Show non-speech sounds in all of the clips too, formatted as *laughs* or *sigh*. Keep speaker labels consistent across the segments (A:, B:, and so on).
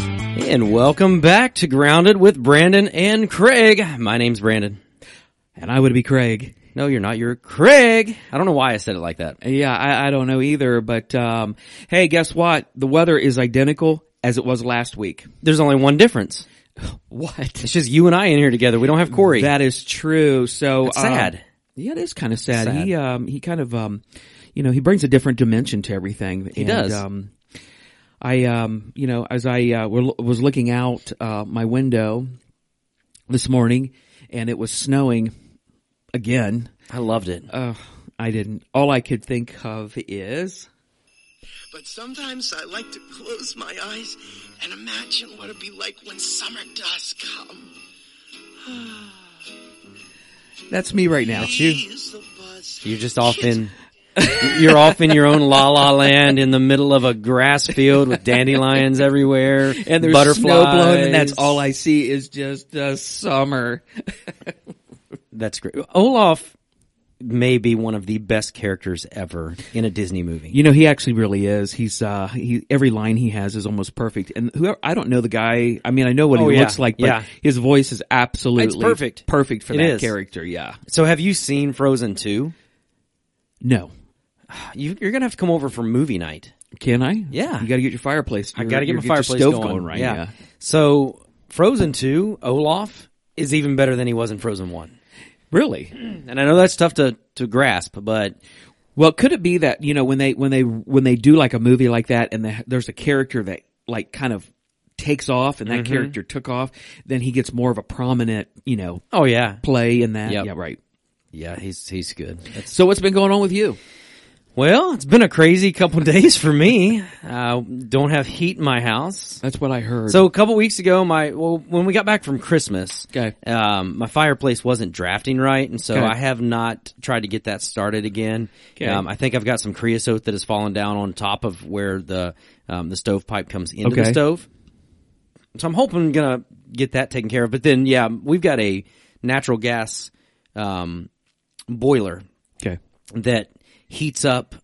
A: And welcome back to Grounded with Brandon and Craig. My name's Brandon.
B: And I would be Craig.
A: No, you're not. You're Craig. I don't know why I said it like that.
B: Yeah, I, I don't know either, but um, hey, guess what? The weather is identical as it was last week.
A: There's only one difference.
B: What?
A: It's just you and I in here together. We don't have Corey.
B: That is true. So
A: That's sad.
B: um, yeah, it is kind of sad.
A: Sad.
B: He um he kind of um you know he brings a different dimension to everything. He
A: does.
B: Um, I um you know as I uh, were, was looking out uh, my window this morning and it was snowing again.
A: I loved it.
B: Uh, I didn't. All I could think of is
C: But sometimes I like to close my eyes and imagine what it'd be like when summer does come.
B: that's me right now.
C: Please, the buzz.
A: You're just off in, you're off in your own la la land in the middle of a grass field with dandelions everywhere
B: and there's
A: butterflies.
B: snow blowing, and that's all I see is just uh, summer.
A: That's great. Olaf may be one of the best characters ever in a Disney movie.
B: You know, he actually really is. He's uh, he every line he has is almost perfect. And whoever I don't know the guy. I mean, I know what
A: Oh,
B: he
A: yeah.
B: looks like, but
A: Yeah.
B: his voice is absolutely
A: perfect.
B: perfect for
A: It
B: that
A: is.
B: character. Yeah.
A: so have you seen Frozen 2?
B: No,
A: You, you're gonna have to come over for movie night.
B: can I?
A: Yeah.
B: you got to get your fireplace.
A: I gotta get my fireplace
B: stove
A: going.
B: right.
A: yeah. So Frozen Two, Olaf is even better than he was in Frozen One,
B: Really?
A: and I know that's tough to to grasp, but
B: Well, could it be that you know when they when they when they do like a movie like that, and the, there's a character that like kind of takes off, and that character took off, then he gets more of a prominent you know
A: oh yeah,
B: play in that.
A: Yep.
B: Yeah, right.
A: yeah, he's he's good. That's-
B: So what's been going on with you?
A: well, it's been a crazy couple *laughs* days for me. Uh, don't have heat in my house.
B: That's what I heard.
A: So a couple weeks ago, my well, when we got back from Christmas,
B: Okay.
A: um, my fireplace wasn't drafting right, and so
B: Okay.
A: I have not tried to get that started again.
B: Okay.
A: Um, I think I've got some creosote that has fallen down on top of where the um, the stovepipe comes into the
B: Okay.
A: stove. So I'm hoping I'm gonna get that taken care of. But then, yeah, we've got a natural gas um, boiler
B: okay.
A: that heats up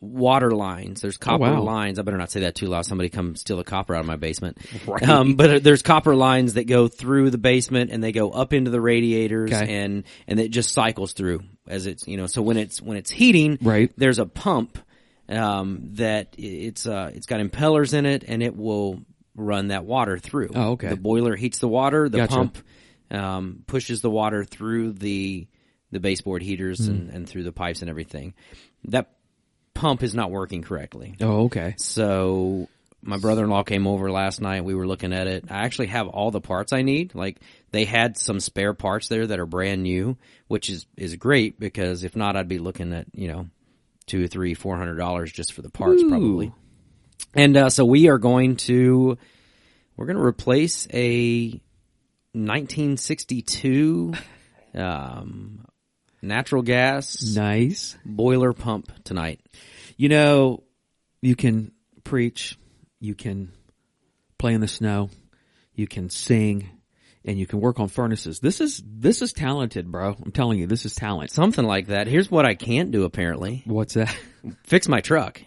A: water lines. There's copper
B: Oh, wow.
A: lines. I better not say that too loud. Somebody come steal the copper out of my basement. Um, but there's copper lines that go through the basement and they go up into the radiators
B: Okay.
A: and, and it just cycles through as it's, you know, so when it's, when it's heating,
B: Right.
A: there's a pump, um, that i- it's, uh, it's got impellers in it and it will run that water through.
B: Oh, okay.
A: The boiler heats the water. The
B: Gotcha.
A: pump um, pushes the water through the the baseboard heaters and, and through the pipes and everything. That pump is not working correctly.
B: Oh, okay.
A: So my brother in law came over last night. We were looking at it. I actually have all the parts I need. Like they had some spare parts there that are brand new, which is is great because if not, I'd be looking at you know two, three, four hundred dollars just for the parts probably. And uh, so we are going to we're going to replace a 1962 um, natural gas
B: Nice.
A: boiler pump tonight.
B: You know, you can preach, you can play in the snow, you can sing, and you can work on furnaces. This is this is talented, bro. I'm telling you, this is talent.
A: Something like that. Here's what I can't do apparently.
B: What's that? *laughs*
A: Fix my truck.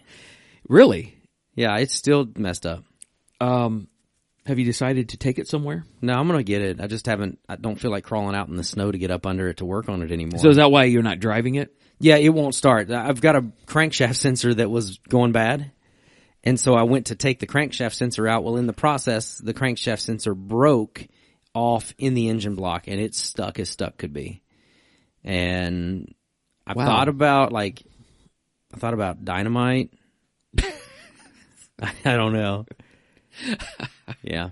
B: really?
A: Yeah, it's still messed up.
B: Um, have you decided to take it somewhere?
A: No, I'm going to get it. I just haven't I don't feel like crawling out in the snow to get up under it to work on it anymore.
B: So is that why you're not driving it?
A: Yeah, it won't start. I've got a crankshaft *laughs* sensor that was going bad. And so I went to take the crankshaft sensor out. Well, in the process, the crankshaft sensor broke off in the engine block and it's stuck as stuck could be. And I
B: Wow.
A: thought about like, I thought about dynamite. *laughs* I don't know. yeah.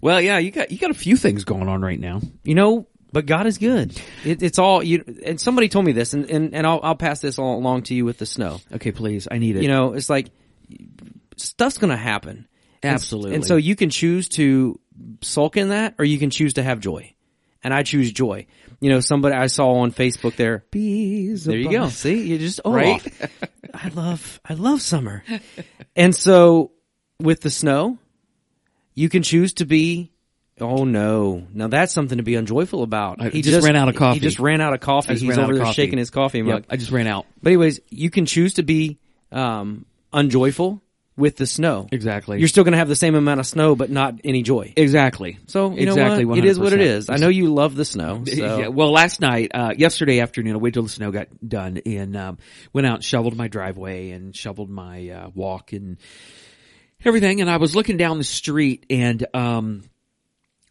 B: Well, yeah, you got you got a few things going on right now.
A: You know, but God is good. It, it's all you, and somebody told me this and, and, and I'll, I'll pass this all along to you with the snow.
B: Okay, please, I need it.
A: You know, it's like stuff's going to happen. And-
B: Absolutely.
A: And so you can choose to sulk in that or you can choose to have joy. And I choose joy. You know, somebody I saw on Facebook there.
B: bees.
A: There you go.
B: above.
A: See, you just oh,
B: Right?
A: *laughs* I love I love summer. And so with the snow, you can choose to be Oh no! Now that's something to be unjoyful about.
B: I just ran out of coffee.
A: He just ran out of coffee.
B: just
A: He's
B: ran out
A: over
B: of
A: there
B: coffee.
A: shaking his coffee mug.
B: Yep, I just ran out.
A: But anyways, you can choose to be um, unjoyful with the snow.
B: Exactly.
A: You're still going to have the same amount of snow, but not any joy.
B: exactly.
A: So you
B: exactly
A: know what? It is what it
B: 100%.
A: is. I know you love the
B: *laughs*
A: snow. So.
B: Yeah, well, last night, uh, yesterday afternoon, I waited till the snow got done and um, went out and shoveled my driveway and shoveled my uh, walk and everything. And I was looking down the street and um,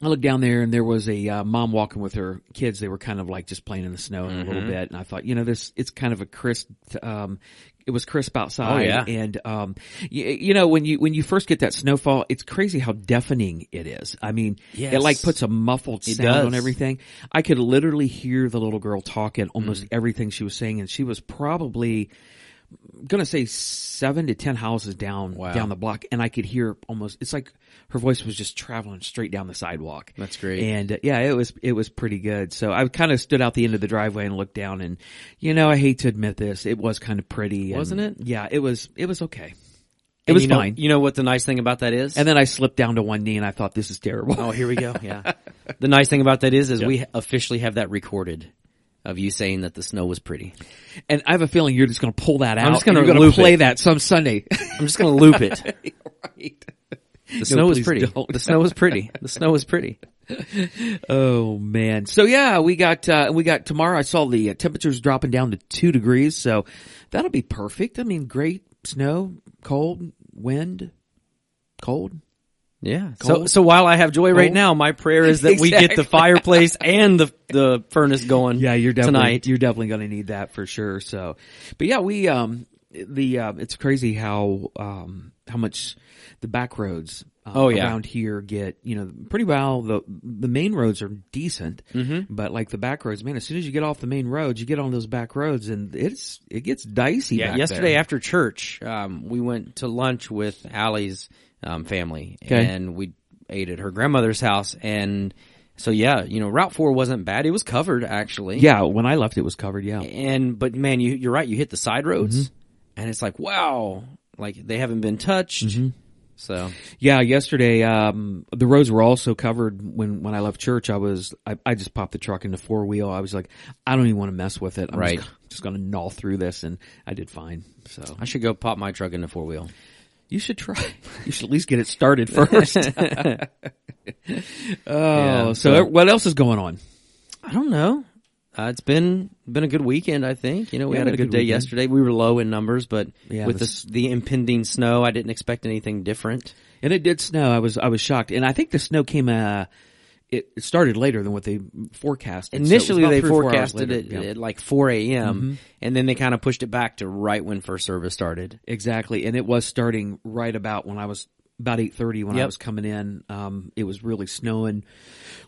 B: I looked down there and there was a uh, mom walking with her kids. They were kind of like just playing in the snow a
A: Mm-hmm.
B: little bit. And I thought, you know, this, it's kind of a crisp, um, it was crisp
A: Oh,
B: outside.
A: yeah.
B: And, um, you, you know, when you, when you first get that snowfall, it's crazy how deafening it is. I mean, it
A: Yes.
B: like puts a muffled sound
A: does.
B: on everything. I could literally hear the little girl talking almost
A: Mm-hmm.
B: everything she was saying. And she was probably, gonna say seven to ten houses down down the block, and I could hear almost. It's like her voice was just traveling straight down the sidewalk.
A: That's great.
B: And uh, yeah, it was it was pretty good. So I kind of stood out the end of the driveway and looked down, and you know, I hate to admit this, it was kind of pretty, and-
A: Wasn't it?
B: Yeah, it was. It was okay. It
A: And
B: was
A: you know-
B: fine.
A: you know what the nice thing about that is?
B: and then I slipped down to one knee, and I thought, this is terrible.
A: Oh, here we *laughs* go. Yeah. the nice thing about that is, is we officially have that recorded of you saying that the snow was pretty.
B: And I have a feeling you're just gonna pull that out.
A: just
B: and
A: gonna
B: you're
A: loop
B: play
A: it.
B: that some Sunday. *laughs*
A: I'm just going to loop it.
B: right.
A: The snow was
B: please
A: pretty.
B: don't.
A: The snow was pretty. The snow was
B: *laughs*
A: pretty.
B: Oh man! So yeah, we got uh, we got tomorrow. I saw the uh, temperatures dropping down to two degrees, so that'll be perfect. I mean, great snow, cold, wind, cold.
A: Yeah. So,
B: Cold.
A: so while I have joy right
B: Cold.
A: now, my prayer is that we get the
B: Exactly.
A: fireplace and the the furnace going. tonight.
B: You're definitely going to need that for sure. So, but yeah, we um the uh, it's crazy how um how much the back roads uh,
A: Oh, yeah.
B: around here get you know pretty well the the main roads are decent,
A: Mm-hmm.
B: but like the back roads, man, as soon as you get off the main roads, you get on those back roads and it's it gets dicey.
A: Yeah,
B: back
A: yesterday
B: there.
A: after church, um, we went to lunch with Allie's um, family,
B: Okay.
A: and we ate at her grandmother's house. And so, yeah, you know, Route Four wasn't bad; it was covered actually.
B: Yeah, when I left, it was covered. Yeah,
A: And but man, you you're right. You hit the side roads,
B: Mm-hmm.
A: and it's like wow, like they haven't been touched.
B: Mm-hmm.
A: So
B: yeah. Yesterday, um, the roads were also covered. When when I left church, I was I, I just popped the truck into four wheel. I was like, I don't even want to mess with it. I'm
A: Right.
B: just, just going to gnaw through this, and I did fine. So
A: I should go pop my truck into four wheel.
B: you should try. *laughs* you should at least get
A: *laughs*
B: it started first. oh, so,
A: so-
B: what else is going on?
A: I don't know. Uh, it's been been a good weekend. I think you know we
B: Yeah,
A: had a
B: been a
A: good,
B: good
A: day
B: weekend.
A: yesterday. We were low in numbers, but
B: Yeah,
A: with
B: the
A: the, the impending snow, I didn't expect anything different.
B: And it did snow. I was I was shocked, and I think the snow came. Uh, it it started later than what they forecasted. So it was
A: Initially,
B: about
A: they
B: three or four hours
A: forecasted
B: later.
A: it
B: Yeah.
A: at like 4 a.m. and then they kind of pushed it back to right when first service started.
B: Exactly, and it was starting right about when I was about eight thirty when I
A: Yep.
B: was coming in. Um, it was really snowing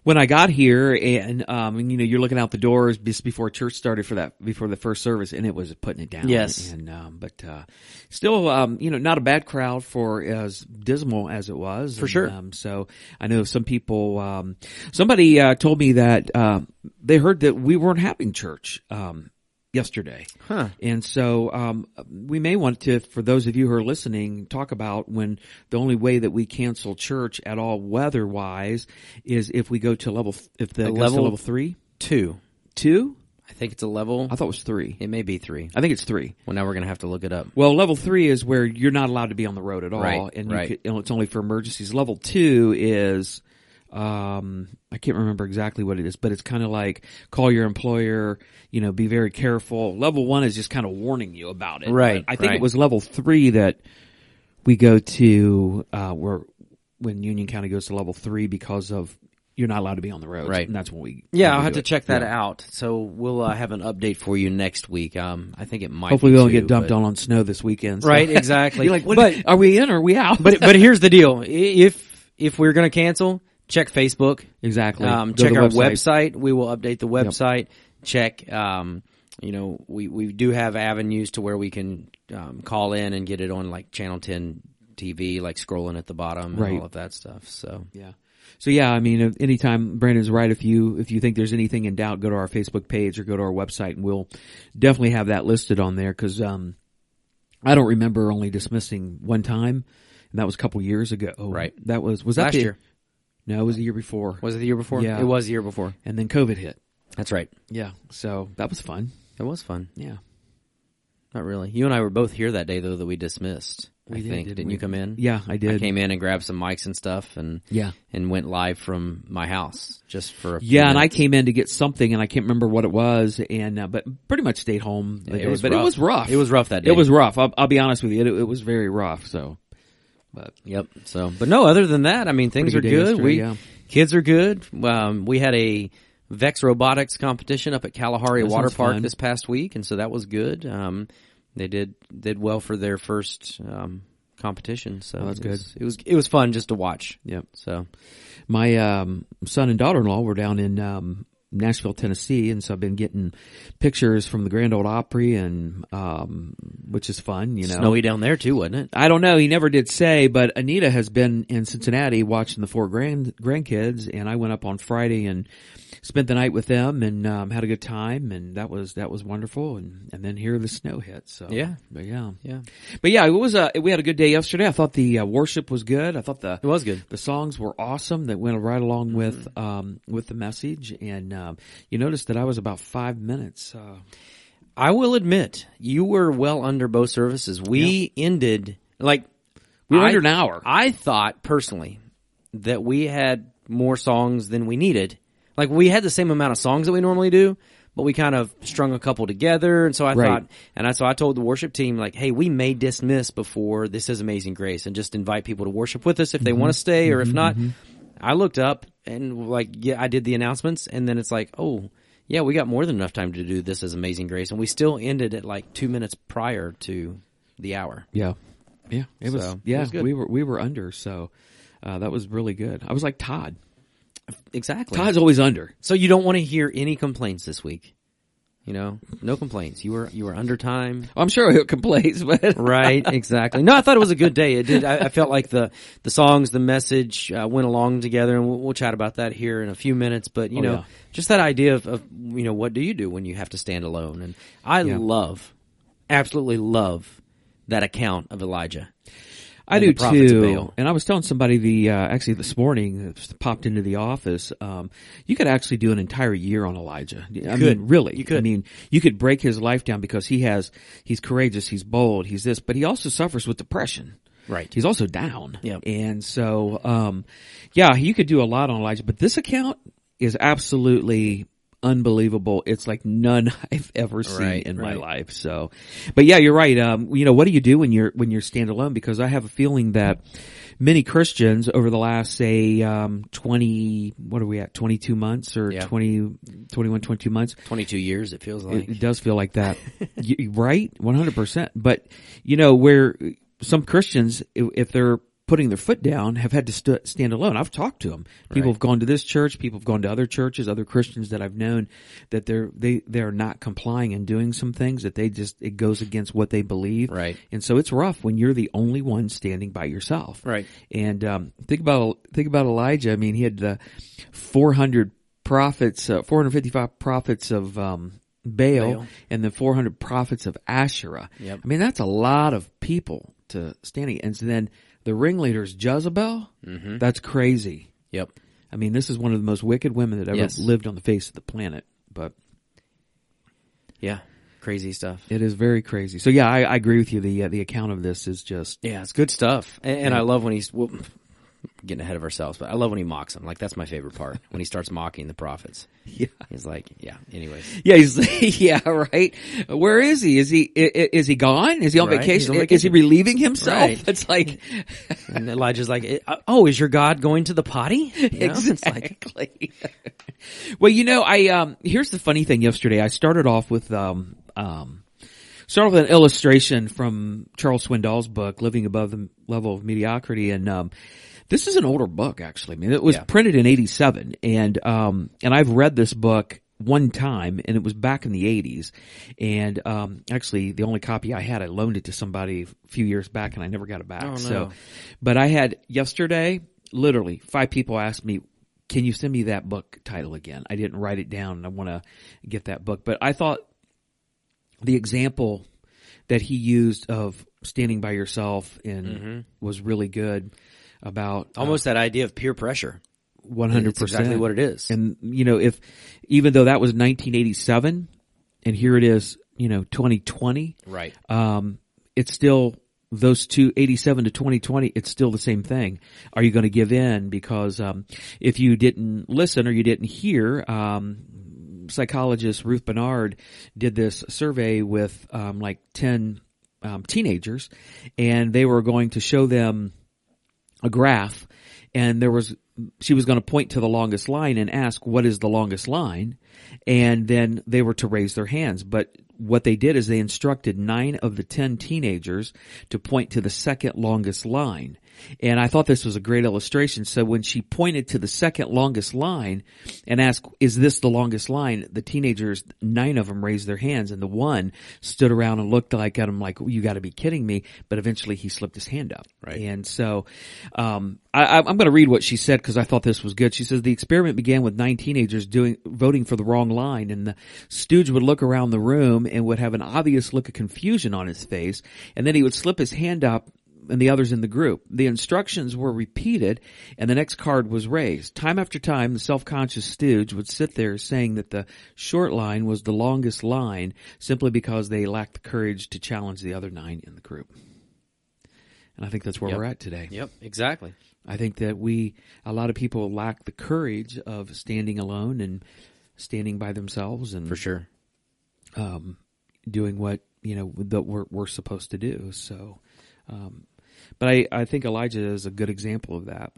B: when I got here, and um, and, you know, you're looking out the doors just before church started for that before the first service, and it was putting it down.
A: Yes.
B: and um, but uh, still, um, you know, not a bad crowd for as dismal as it was for
A: sure.
B: Um, so I know some people. Um, somebody uh, told me that uh, they heard that we weren't having church. Um, yesterday.
A: Huh.
B: And so um, we may want to, for those of you who are listening, talk about when the only way that we cancel church at all weather wise is if we go to level th- if the goes to
A: level-
B: level three
A: Two.
B: two.
A: I think it's a level.
B: I thought it was three.
A: It may be three.
B: I think it's three.
A: Well, now we're going to have to look it up.
B: Well, level three is where you're not allowed to be on the road at all,
A: Right,
B: and you
A: right.
B: could- and it's only for emergencies. Level two is, um, I can't remember exactly what it is, but it's kind of like call your employer, you know, be very careful. Level one is just kind of warning you about it.
A: Right,
B: But I think
A: right.
B: it was level three that we go to uh, where when Union County goes to level three because of you're not allowed to be on the road,
A: Right.
B: And that's when we
A: Yeah,
B: when
A: I'll
B: we
A: have to
B: do it.
A: check that
B: Yeah.
A: out. So we'll uh, have an update for you next week. Um, I think it might.
B: Hopefully,
A: be
B: we don't
A: two,
B: get dumped
A: but-
B: on on snow this weekend. so-
A: Right, *laughs* exactly.
B: You're like, what,
A: But-
B: are we in or are we *laughs* out?
A: But but here's the deal: I- if if we're going to cancel, check Facebook.
B: Exactly.
A: Um,
B: Go to
A: check
B: the
A: our
B: website.
A: website. We will update the website. Check. Um, you know, we we do have avenues to where we can um, call in and get it on like Channel Ten TV, like scrolling at the bottom and
B: Right.
A: all of that stuff. So
B: Yeah. So yeah, I mean, if- anytime Brandon's right. If you if you think there's anything in doubt, go to our Facebook page or go to our website, and we'll definitely have that listed on there. Because um, I don't remember only dismissing one time, and that was a couple years ago.
A: Right.
B: That was was that
A: Last
B: the-
A: year.
B: No, it was the year before.
A: was it the year before?
B: Yeah.
A: it was the year before.
B: and then COVID hit.
A: That's right.
B: Yeah. So that was fun.
A: It was fun.
B: Yeah.
A: Not really. You and I were both here that day though that we dismissed. I think.
B: didn't
A: Didn't
B: we?
A: you come in?
B: Yeah, I did.
A: I came in and grabbed some mics and stuff, and
B: Yeah.
A: and went live from my house just for a few
B: Yeah, and I
A: minutes.
B: came in to get something, and I can't remember what it was, and uh, but pretty much stayed home. the
A: It
B: day,
A: was
B: but it
A: rough.
B: was rough.
A: It was rough that day.
B: It was rough. I'll, I'll be honest with you. It, it was very rough. So, but
A: Yep. So, but no, other than that, I mean, things
B: Pretty
A: are
B: good day
A: good.
B: yesterday,
A: we
B: yeah.
A: kids are good. Um, we had a Vex Robotics competition up at Kalahari
B: That
A: Water
B: sounds
A: Park
B: fun.
A: this past week, and so that was good. Um, they did did well for their first um, competition. So
B: that's
A: it was, It was it was fun just to watch.
B: Yep.
A: So
B: my um, son and daughter-in-law were down in um, Nashville, Tennessee, and so I've been getting pictures from the Grand Ole Opry, and um, which is fun. You know,
A: snowy down there too, wasn't it?
B: I don't know. He never did say, but Anita has been in Cincinnati watching the four grand grandkids, and I went up on Friday and spent the night with them and um, had a good time, and that was that was wonderful. And and then here the snow hit. So
A: Yeah.
B: but yeah,
A: Yeah,
B: but yeah, it was a we had a good day yesterday. I thought the uh, worship was good. I thought the
A: it was good.
B: the songs were awesome that went right along with um, with the message, and um, you noticed that I was about five minutes. Uh,
A: I will admit, you were well under both services. We ended like
B: we were
A: I-
B: under an hour.
A: I thought personally that we had more songs than we needed. Like we had the same amount of songs that we normally do, but we kind of strung a couple together. And so I
B: Right.
A: thought, and I, so I told the worship team, like, hey, we may dismiss before this is amazing grace and just invite people to worship with us if they want to stay or if not. I looked up and like, yeah, I did the announcements and then it's like, oh, yeah, we got more than enough time to do this as amazing grace. And we still ended at like two minutes prior to the hour.
B: Yeah, yeah, it was.
A: So, it
B: yeah,
A: was good.
B: we were we were under, so uh, that was really good. I was like Todd.
A: Exactly.
B: Todd's always under.
A: So you don't want to hear any complaints this week. You know, no complaints. You were you were under time.
B: I'm sure he'll complain, *laughs* but
A: Right, *laughs* exactly. No, I thought it was a good day. It did. I, I felt like the the songs, the message uh, went along together, and we'll, we'll chat about that here in a few minutes. But you
B: Oh,
A: know,
B: yeah.
A: just that idea of, of you know, what do you do when you have to stand alone? And I love, absolutely love that account of Elijah.
B: I
A: and
B: do
A: the prophets of
B: too.
A: Baal.
B: And I was telling somebody the uh, actually this morning that just popped into the office. Um, you could actually do an entire year on Elijah. I mean,
A: could.
B: really,
A: You could.
B: I mean, you could break his life down because he has he's courageous, he's bold, he's this, but he also suffers with depression.
A: Right.
B: He's also down.
A: Yeah.
B: And so, um, yeah, you could do a lot on Elijah, but this account is absolutely unbelievable. It's like none *laughs* I've ever seen
A: Right,
B: in my
A: right.
B: life. So, but yeah, you're right. Um, you know, what do you do when you're, when you're standalone? Because I have a feeling that many Christians over the last, say, um, 20, what are we at? 22 months or
A: Yeah.
B: twenty, twenty-one, twenty-two 20, 21, 22 months.
A: Twenty two years, it feels like.
B: It, it does feel
A: *laughs*
B: like that, You- right? One hundred percent. But you know, where some Christians, i- if they're putting their foot down, have had to st- stand alone. I've talked to them. People have gone to this church. People have gone to other churches. Other Christians that I've known that they're they they are not complying and doing some things that they just it goes against what they believe.
A: Right.
B: And so it's rough when you're the only one standing by yourself.
A: Right.
B: And um, think about think about Elijah. I mean, he had the 400 prophets, uh, 455 prophets of um, Baal,
A: Baal.
B: and the 400 prophets of Asherah.
A: Yep.
B: I mean, that's a lot of people to standing. And so then the ringleaders, Jezebel.
A: Mm-hmm.
B: That's crazy.
A: yep.
B: I mean, this is one of the most wicked women that ever
A: Yes.
B: lived on the face of the planet. But
A: Yeah. Crazy stuff.
B: it is very crazy. So yeah, I, I agree with you. The uh, the account of this is just
A: Yeah, it's good stuff. And, and I love when he's well, getting ahead of ourselves, but I love when he mocks him. Like that's my favorite part when he starts mocking the prophets.
B: yeah.
A: He's like, *laughs* yeah. Anyways,
B: Yeah, he's *laughs* yeah, right. Where is he? Is he i- i- is he gone? Is he on,
A: Right, he's
B: vacation?
A: on
B: Is he
A: vacation.
B: relieving himself?
A: Right.
B: *laughs* It's like
A: and Elijah's like, eh, uh, oh, is your God going to the *laughs* potty? You know? It's like,
B: exactly. well, you know, I um here's the funny thing. Yesterday, I started off with um um started with an illustration from Charles Swindoll's book, "Living Above the Level of Mediocrity," and um this is an older book actually. I mean, it was
A: Yeah.
B: printed in '87, and um and I've read this book one time and it was back in the 80s and um actually the only copy i had i loaned it to somebody a few years back and i never got it back
A: Oh, no.
B: so but i had yesterday literally five people asked me can you send me that book title again i didn't write it down and i want to get that book but i thought the example that he used of standing by yourself and was really good about
A: Mm-hmm. almost that idea of peer pressure.
B: 100%
A: It's exactly what it is.
B: and you know, if even though that was 1987, and here it is, you know, 2020,
A: right.
B: um, it's still those two, 87 to 2020, it's still the same thing. Are you going to give in? Because, um, if you didn't listen or you didn't hear, um, psychologist Ruth Bernard did this survey with, um, like 10, um, teenagers and they were going to show them a graph and there was she was going to point to the longest line and ask what is the longest line and then they were to raise their hands but what they did is they instructed 9 of the 10 teenagers to point to the second longest line and i thought this was a great illustration so when she pointed to the second longest line and asked is this the longest line the teenagers 9 of them raised their hands and the one stood around and looked like at him like you got to be kidding me but eventually he slipped his hand up
A: Right.
B: and so um, I, I- I'm going to read what she said because I thought this was good. She says the experiment began with nine teenagers doing voting for the wrong line, and the stooge would look around the room and would have an obvious look of confusion on his face, and then he would slip his hand up. And the others in the group. The instructions were repeated and the next card was raised. Time after time, the self-conscious stooge would sit there saying that the short line was the longest line simply because they lacked the courage to challenge the other nine in the group. And I think that's where
A: Yep.
B: we're at today.
A: *laughs* Yep, exactly.
B: I think that we, a lot of people lack the courage of standing alone and standing by themselves and
A: For sure.
B: um, doing what, you know, that we're, we're supposed to do. So, um, but I, I think Elijah is a good example of that.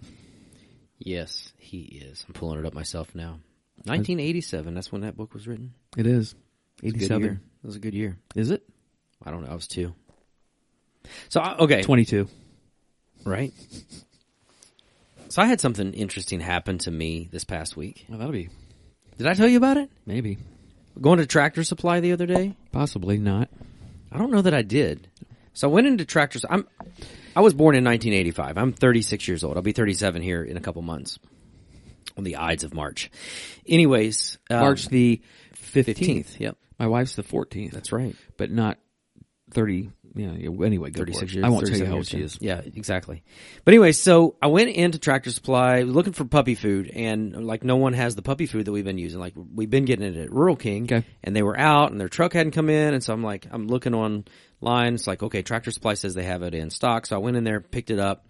A: Yes, he is. I'm pulling it up myself now. 1987. That's when that book was written.
B: It is.
A: It was a good year.
B: 87.
A: It was a good year.
B: Is it?
A: I don't know. I was two. So I, okay,
B: 22.
A: right. So I had something interesting happen to me this past week.
B: Well, that'll be
A: Did I tell you about it?
B: maybe.
A: Going to Tractor Supply the other day.
B: Possibly not.
A: I don't know that I did. So I went into Tractor. Sup- I'm. I was born in 1985. I'm 36 years old. I'll be 37 here in a couple months. On the Ides of March. Anyways, um,
B: March the 15th.
A: 15th. Yep,
B: My wife's the 14th.
A: that's right.
B: But not 30. You know, anyway, good
A: 36
B: Lord.
A: years.
B: I won't tell you
A: 37
B: how old
A: years
B: she
A: then.
B: is.
A: Yeah, exactly. But anyway, so I went into Tractor Supply looking for puppy food, and like no one has the puppy food that we've been using. Like we've been getting it at Rural King,
B: Okay.
A: and they were out, and their truck hadn't come in, and so I'm like, I'm looking online. It's like, okay, Tractor Supply says they have it in stock, so I went in there, picked it up.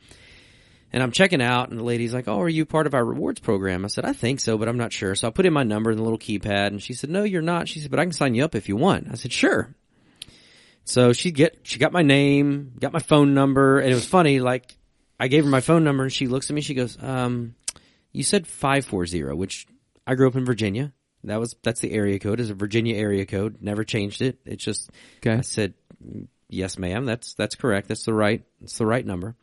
A: And I'm checking out and the lady's like, Oh, are you part of our rewards program? I said, I think so, but I'm not sure. So I put in my number in the little keypad and she said, No, you're not. She said, but I can sign you up if you want. I said, sure. So she get, she got my name, got my phone number. And it was funny. Like I gave her my phone number and she looks at me. She goes, um, you said 540, which I grew up in Virginia. That was, that's the area code is a Virginia area code. Never changed it. It's just,
B: Okay.
A: I said, yes, ma'am. That's, that's correct. That's the right, that's the right number.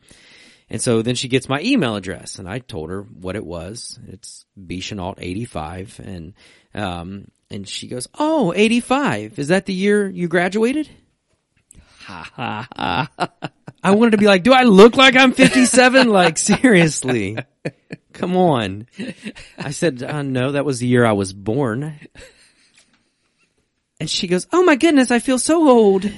A: And so then she gets my email address and I told her what it was. It's bchenault85 and, um, and she goes, Oh, 85. Is that the year you graduated? I wanted to be like, do I look like I'm 57? Like seriously. Come on. I said, uh, no, that was the year I was born. And she goes, Oh my goodness, I feel so old.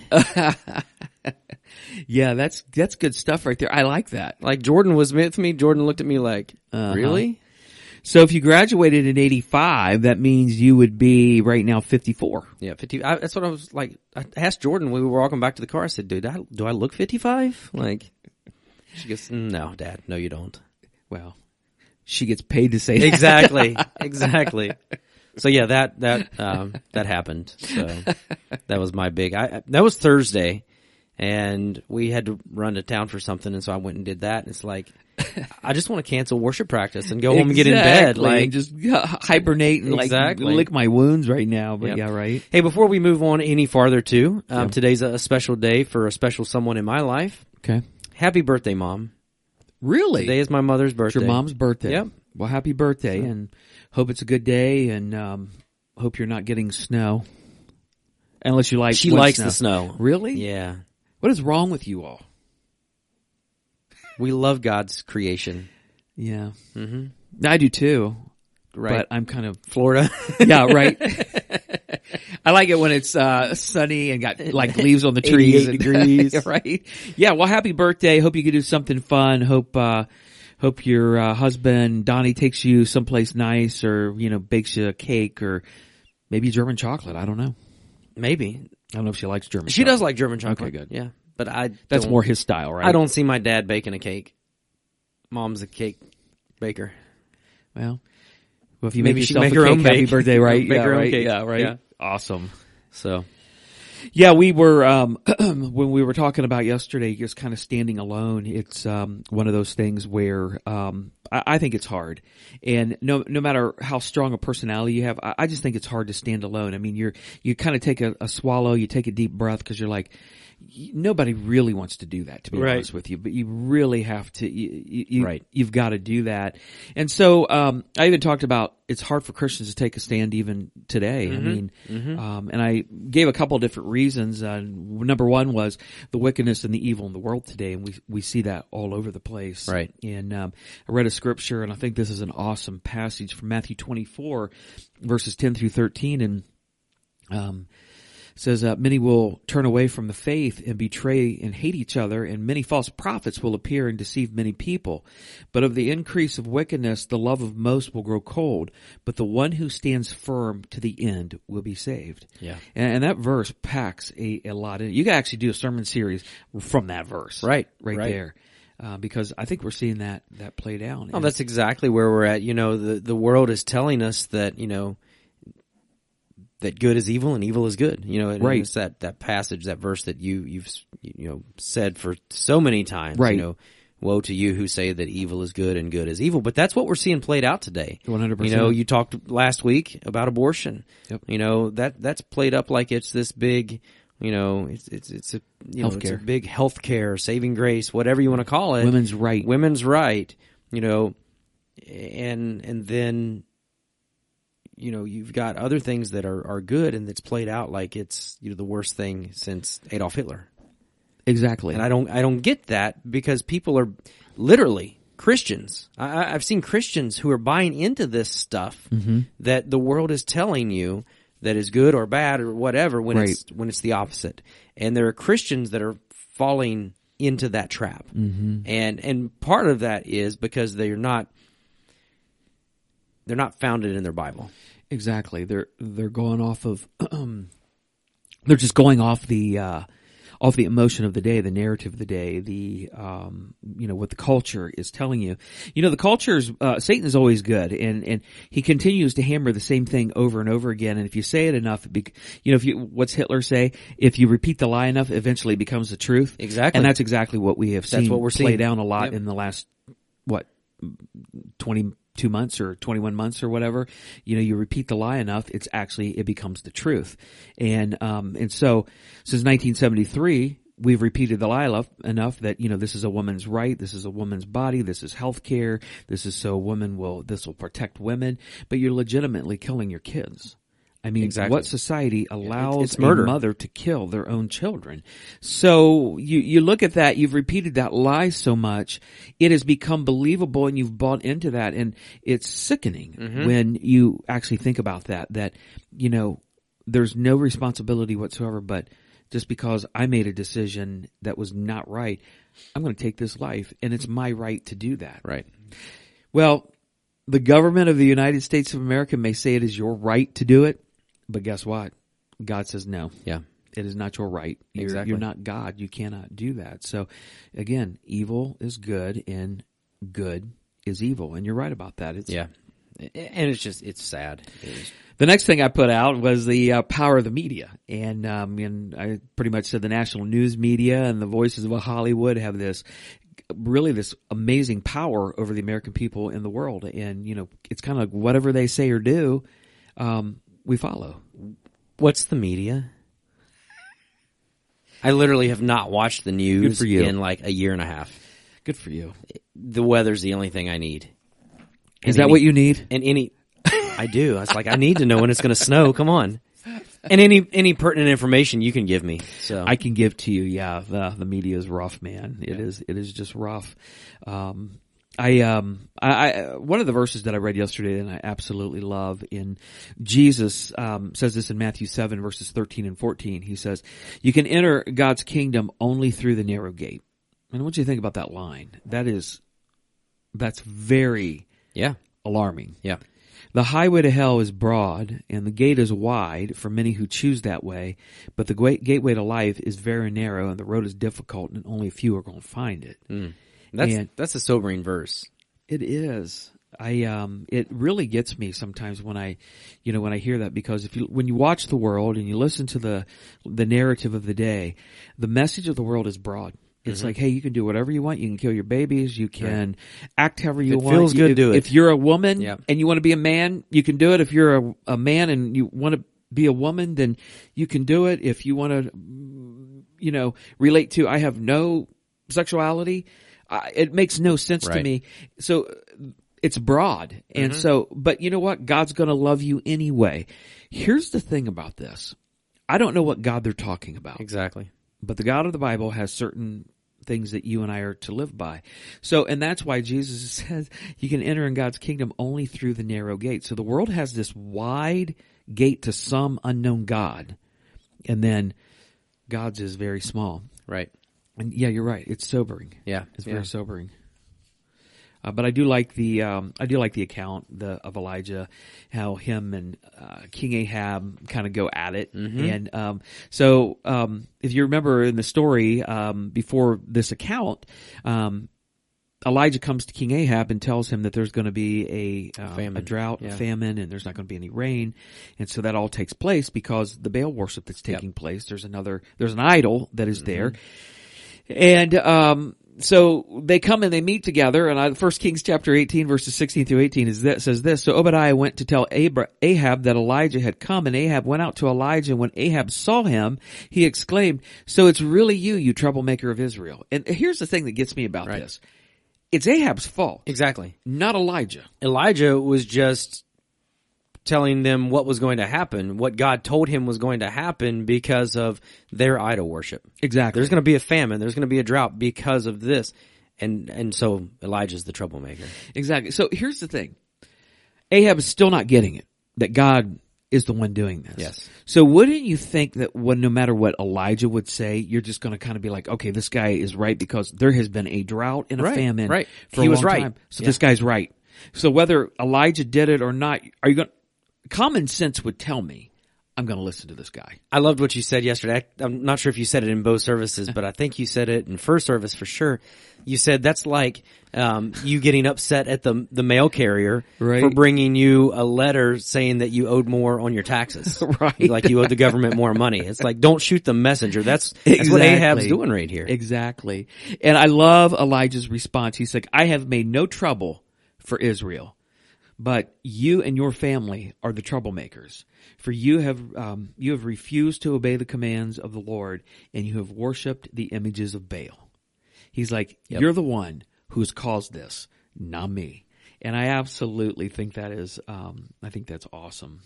B: Yeah, that's, that's good stuff right there. I like that.
A: Like Jordan was with me. Jordan looked at me like, uh-huh. really?
B: So if you graduated in 85, that means you would be right now 54.
A: Yeah, fifty. I, that's what I was like. I asked Jordan when we were walking back to the car. I said, "Dude, I, do I look fifty-five? Like, she goes, "No, Dad, no, you don't."
B: Well, she gets paid to say that.
A: Exactly, exactly. So yeah, that that um, that happened. So that was my big. I, I- that was Thursday, and we had to run to town for something, and so I went and did that. And it's like, I just want to cancel worship practice and go home and get in bed.
B: Exactly.
A: Like,
B: And just uh, hibernate and
A: Exactly.
B: like lick my wounds right now. But
A: Yep.
B: yeah, right.
A: hey, before we move on any farther, too, um, today's a, a special day for a special someone in my life.
B: Okay.
A: Happy birthday, mom.
B: Really?
A: Today is my mother's birthday.
B: it's your mom's birthday.
A: Yep.
B: Well, happy birthday and hope it's a good day and, um, hope you're not getting snow. Unless you like
A: She
B: wet
A: likes the snow.
B: Really?
A: Yeah.
B: What is wrong with you all?
A: We love God's creation.
B: Yeah. Mm-hmm. I do too.
A: Right.
B: But I'm kind of
A: Florida. *laughs*
B: Yeah, right. *laughs* I like it when it's uh, sunny and got like
A: *laughs*
B: leaves on the trees.
A: 88
B: and-
A: degrees.
B: *laughs* right? Yeah. Well, happy birthday. Hope you can do something fun. Hope uh, hope your uh, husband Donnie takes you someplace nice, or you know, bakes you a cake, or maybe German chocolate. I don't know.
A: Maybe.
B: I don't know if she likes German.
A: She
B: chocolate.
A: does like German chocolate.
B: Okay, good.
A: Yeah. But I
B: That's
A: don't-
B: more his style, right?
A: I don't see my dad baking a cake. Mom's a cake baker.
B: Well, well, if you
A: Maybe
B: make
A: she
B: yourself
A: make
B: a
A: her
B: cake,
A: own
B: happy
A: bake.
B: birthday,
A: *laughs*
B: right?
A: Make
B: yeah,
A: her own
B: right?
A: cake.
B: Yeah, right.
A: Yeah.
B: Awesome.
A: So
B: Yeah, we were um, *clears throat* when we were talking about yesterday, just kind of standing alone. It's um, one of those things where um, I, I think it's hard, and no no matter how strong a personality you have, I, I just think it's hard to stand alone. I mean, you're you kind of take a, a swallow, you take a deep breath because you're like. y- Nobody really wants to do that, to be
A: Right.
B: honest with you. But you really have to. You, you, you,
A: Right.
B: You've got to do that. And so um, I even talked about it's hard for Christians to take a stand even today.
A: Mm-hmm.
B: I mean, um, and I gave a couple different reasons. Uh, number one was the wickedness and the evil in the world today, and we we see that all over the place.
A: Right.
B: And um, I read a scripture, and I think this is an awesome passage from Matthew twenty four, verses ten through thirteen, and um, says uh, many will turn away from the faith and betray and hate each other and many false prophets will appear and deceive many people but of the increase of wickedness the love of most will grow cold but the one who stands firm to the end will be saved
A: Yeah.
B: and, and that verse packs a, a lot in it. you could actually do a sermon series from that verse
A: Right,
B: right,
A: right.
B: there uh, because I think we're seeing that that play down.
A: Oh, that's exactly where we're at. You know, the, the world is telling us that, you know, that good is evil and evil is good. You know, and
B: Right.
A: it's that, that passage, that verse that you, you've, you know, said for so many times,
B: Right.
A: you know, woe to you who say that evil is good and good is evil. But that's what we're seeing played out today.
B: 100%.
A: You know, you talked last week about abortion.
B: Yep.
A: You know, that, that's played up like it's this big, you know, it's, it's, it's a, you know, it's a
B: Healthcare.
A: big healthcare, saving grace, whatever you want to call it
B: Women's right.
A: women's right, you know, and and then you know you've got other things that are are good and that's played out like it's you know the worst thing since Adolf Hitler.
B: exactly.
A: And I don't I don't get that because people are literally Christians. I, I- I've seen Christians who are buying into this stuff that the world is telling you that is good or bad or whatever when it's when it's the opposite. And there are Christians that are falling into that trap. Mm-hmm. And and part of that is because they're not they're not founded in their Bible.
B: Exactly. They're they're going off of *clears throat* they're just going off the uh off the emotion of the day, the narrative of the day, the um you know what the culture is telling you. You know the culture's uh Satan's always good and and he continues to hammer the same thing over and over again and if you say it enough it bec- you know if you what's Hitler say, if you repeat the lie enough eventually it becomes the truth.
A: Exactly.
B: And that's exactly what we have seen
A: what we're
B: play
A: seeing.
B: down a lot
A: Yep.
B: in the last what 22 months or 21 months or whatever, you know, you repeat the lie enough, it's actually, it becomes the truth. And, um, and so since 1973, we've repeated the lie enough, enough that, you know, this is a woman's right. This is a woman's body. This is health care. This is so women will, this will protect women, but you're legitimately killing your kids. I mean,
A: Exactly.
B: what society allows
A: it's murder.
B: a mother to kill their own children. So you, you look at that, you've repeated that lie so much, it has become believable and you've bought into that and it's sickening when you actually think about that, that, you know, there's no responsibility whatsoever, but just because I made a decision that was not right, I'm going to take this life and it's my right to do that.
A: Right.
B: Well, the government of the United States of America may say it is your right to do it, but guess what? God says no.
A: Yeah.
B: It is not your right. You're,
A: Exactly.
B: you're not God. You cannot do that. So, again, evil is good and good is evil. And you're right about that. It's,
A: Yeah. And it's just it's sad. It's-
B: the next thing I put out was the uh, power of the media, and um, and I pretty much said the national news media and the voices of Hollywood have this really this amazing power over the American people in the world, and you know it's kind of like whatever they say or do, um, we follow.
A: What's the media? I literally have not watched the news
B: for you.
A: in like a year and a half.
B: Good for you.
A: The weather's the only thing I need. And
B: Is that
A: any-
B: what you need?
A: And any, I do. I was like, I need to know when it's going to snow. Come on. And any any pertinent information you can give me. So
B: I can give to you. Yeah, the, the media is rough, man. It is. It is just rough. Um, I um I, I one of the verses that I read yesterday and I absolutely love in Jesus um, says this in Matthew seven verses thirteen and fourteen. He says, "You can enter God's kingdom only through the narrow gate." And I want you to think about that line. That is, that's very
A: yeah,
B: alarming.
A: yeah,
B: The highway to hell is broad, and the gate is wide for many who choose that way, but the great gateway to life is very narrow, and the road is difficult, and only a few are going to find it.
A: That's
B: And-
A: that's a sobering verse.
B: It is. I um it really gets me sometimes when I you know when I hear that because if you when you watch the world and you listen to the the narrative of the day the message of the world is broad. It's
A: Mm-hmm.
B: like hey you can do whatever you want, you can kill your babies, you can act however you
A: it
B: want.
A: feels good,
B: if,
A: do it.
B: If you're a woman
A: Yeah.
B: and you want to be a man, you can do it. If you're a, a man and you want to be a woman, then you can do it. If you want to you know, relate to. I have no sexuality. I, it makes no sense to
A: Right.
B: me. So uh, it's broad. And so, but you know what? God's going to love you anyway. Here's the thing about this. I don't know what God they're talking about,
A: Exactly.
B: but the God of the Bible has certain things that you and I are to live by. So, and that's why Jesus *laughs* says you can enter in God's kingdom only through the narrow gate. So the world has this wide gate to some unknown God. And then God's is very small.
A: Right.
B: And yeah, you're right. It's sobering.
A: Yeah.
B: it's
A: Yeah.
B: very sobering. Uh, but I do like the um, I do like the account the, of Elijah, how him and uh, King Ahab kind of go at it,
A: Mm-hmm.
B: and um, so um, if you remember in the story um, before this account, um, Elijah comes to King Ahab and tells him that there's going to be a um, a
A: Famine.
B: drought, a
A: Yeah.
B: famine, and there's not going to be any rain, and so that all takes place because the Baal worship that's taking place. There's another there's an idol that
A: Mm-hmm.
B: is there, and um, so they come and they meet together. And I, First Kings chapter eighteen, verses sixteen through eighteen, is that says this: So Obadiah went to tell Abra- Ahab that Elijah had come, and Ahab went out to Elijah. And when Ahab saw him, he exclaimed, "So it's really you, you troublemaker of Israel!" And here's the thing that gets me about this: it's Ahab's fault,
A: Exactly.
B: not Elijah.
A: Elijah was just telling them what was going to happen, what God told him was going to happen because of their idol worship.
B: Exactly.
A: There's going to be a famine. There's going to be a drought because of this. And, and so Elijah's the troublemaker.
B: Exactly. So here's the thing. Ahab is still not getting it that God is the one doing this.
A: Yes.
B: So wouldn't you think that when no matter what Elijah would say, you're just going to kind of be like, okay, this guy is right because there has been a drought and a
A: Right,
B: famine
A: right.
B: for
A: He
B: a
A: was
B: long
A: right.
B: time. So this guy's right. So whether Elijah did it or not, are you going? Common sense would tell me, I'm going to listen to this guy.
A: I loved what you said yesterday. I, I'm not sure if you said it in both services, but I think you said it in first service for sure. You said that's like um, you getting upset at the the mail carrier for
B: Right.
A: bringing you a letter saying that you owed more on your taxes,
B: *laughs* Right.
A: Like you owed the government more money. It's like don't shoot the messenger. That's, that's what Ahab's doing right here.
B: Exactly. And I love Elijah's response. He's like, I have made no trouble for Israel, but you and your family are the troublemakers. For you have, um, you have refused to obey the commands of the Lord and you have worshiped the images of Baal. He's like, you're the one who's caused this, not me. And I absolutely think that is, um, I think that's awesome.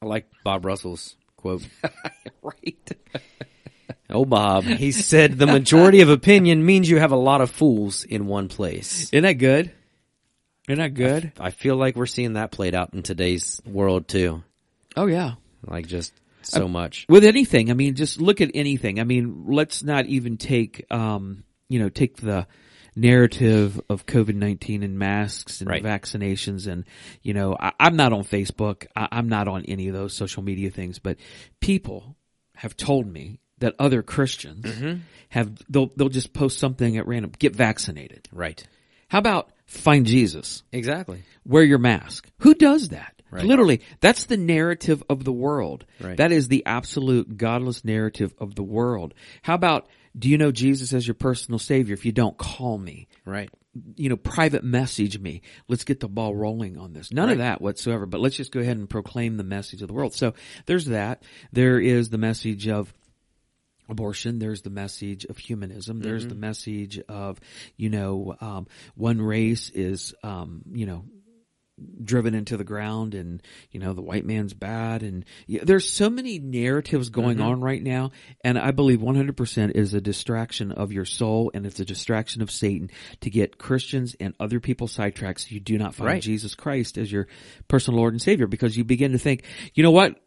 A: I like Bob Russell's *laughs* quote.
B: Right.
A: *laughs* Oh, Bob, he said the majority of opinion means you have a lot of fools in one place.
B: Isn't that good? Isn't that good?
A: I feel like we're seeing that played out in today's world too.
B: Oh yeah.
A: Like just so much.
B: with anything i mean just look at anything i mean let's not even take um you know take the narrative of covid-19 and masks and
A: Right.
B: vaccinations and you know I, i'm not on facebook I, i'm not on any of those social media things but people have told me that other christians have they'll they'll just post something at random get vaccinated
A: Right.
B: how about find jesus
A: Exactly.
B: wear your mask. Who does that?
A: Right.
B: Literally, that's the narrative of the world.
A: Right.
B: That is the absolute godless narrative of the world. How about, do you know Jesus as your personal savior? If you don't call me,
A: Right.
B: you know, private message me. Let's get the ball rolling on this. None of that whatsoever, but let's just go ahead and proclaim the message of the world. So there's that. There is the message of abortion. There's the message of humanism. There's
A: Mm-hmm.
B: the message of, you know, um, one race is, um, you know, driven into the ground and, you know, the white man's bad. And yeah, there's so many narratives going
A: Mm-hmm.
B: on right now. And I believe 100% is a distraction of your soul and it's a distraction of Satan to get Christians and other people sidetracked so you do not find
A: Right.
B: Jesus Christ as your personal Lord and Savior because you begin to think, you know what?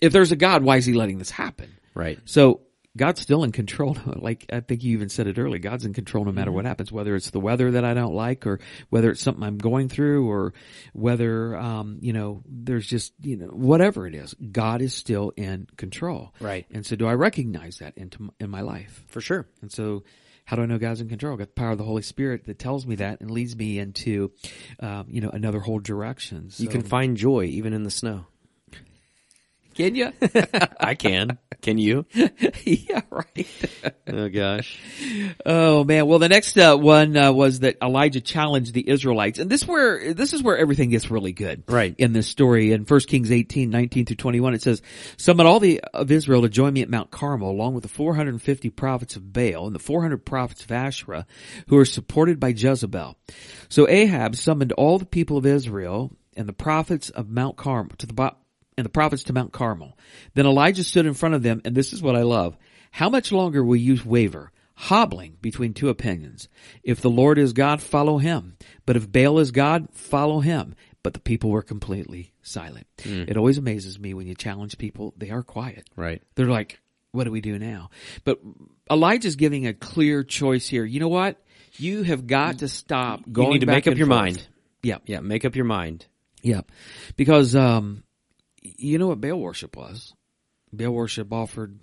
B: If there's a God, why is he letting this happen?
A: Right.
B: So God's still in control. *laughs* Like I think you even said it earlier, God's in control no matter
A: Mm-hmm.
B: what happens, whether it's the weather that I don't like or whether it's something I'm going through or whether, um, you know, there's just, you know, whatever it is, God is still in control.
A: Right.
B: And so do I recognize that into, in my life?
A: for sure.
B: And so, how do I know God's in control? I got the power of the Holy Spirit that tells me that and leads me into, um, you know, another whole direction.
A: You can find joy even in the snow.
B: can you?
A: I can. Can *laughs* you?
B: *laughs* yeah, right.
A: Oh gosh.
B: Oh man. Well, the next uh, one uh, was that Elijah challenged the Israelites, and this where this is where everything gets really good,
A: Right.
B: In this story, in 1 Kings 18, 19 through twenty one, it says, "Summon all the of Israel to join me at Mount Carmel, along with the four hundred and fifty prophets of Baal and the four hundred prophets of Asherah, who are supported by Jezebel." So Ahab summoned all the people of Israel and the prophets of Mount Carmel to the bo- and the prophets to Mount Carmel. Then Elijah stood in front of them, and this is what I love. How much longer will you waver, hobbling between two opinions? If the Lord is God, follow him. But if Baal is God, follow him. But the people were completely silent.
A: Hmm.
B: It always amazes me when you challenge people, they are quiet.
A: Right.
B: They're like, what do we do now? But Elijah's giving a clear choice here. You know what? You have got to stop going
A: need to
B: back
A: make up
B: and
A: your
B: forth.
A: mind.
B: Yep.
A: Yeah. Make up your mind.
B: Yep. Because um you know what Baal worship was? Baal worship offered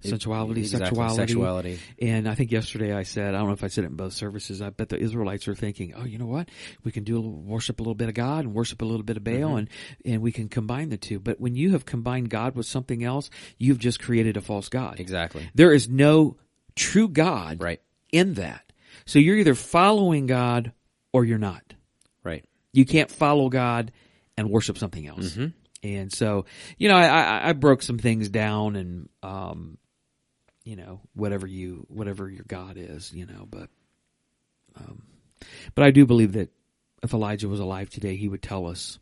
B: sensuality,
A: Exactly.
B: sexuality.
A: Sexuality.
B: And I think yesterday I said, I don't know if I said it in both services, I bet the Israelites are thinking, oh, you know what? We can do a little, worship a little bit of God and worship a little bit of Baal
A: Mm-hmm.
B: and, and we can combine the two. But when you have combined God with something else, you've just created a false God.
A: Exactly.
B: There is no true God
A: Right.
B: in that. So you're either following God or you're not.
A: Right.
B: You can't follow God and worship something else.
A: Mm-hmm.
B: And so, you know, I, I, I broke some things down and, um, you know, whatever you, whatever your God is, you know, but, um, but I do believe that if Elijah was alive today, he would tell us,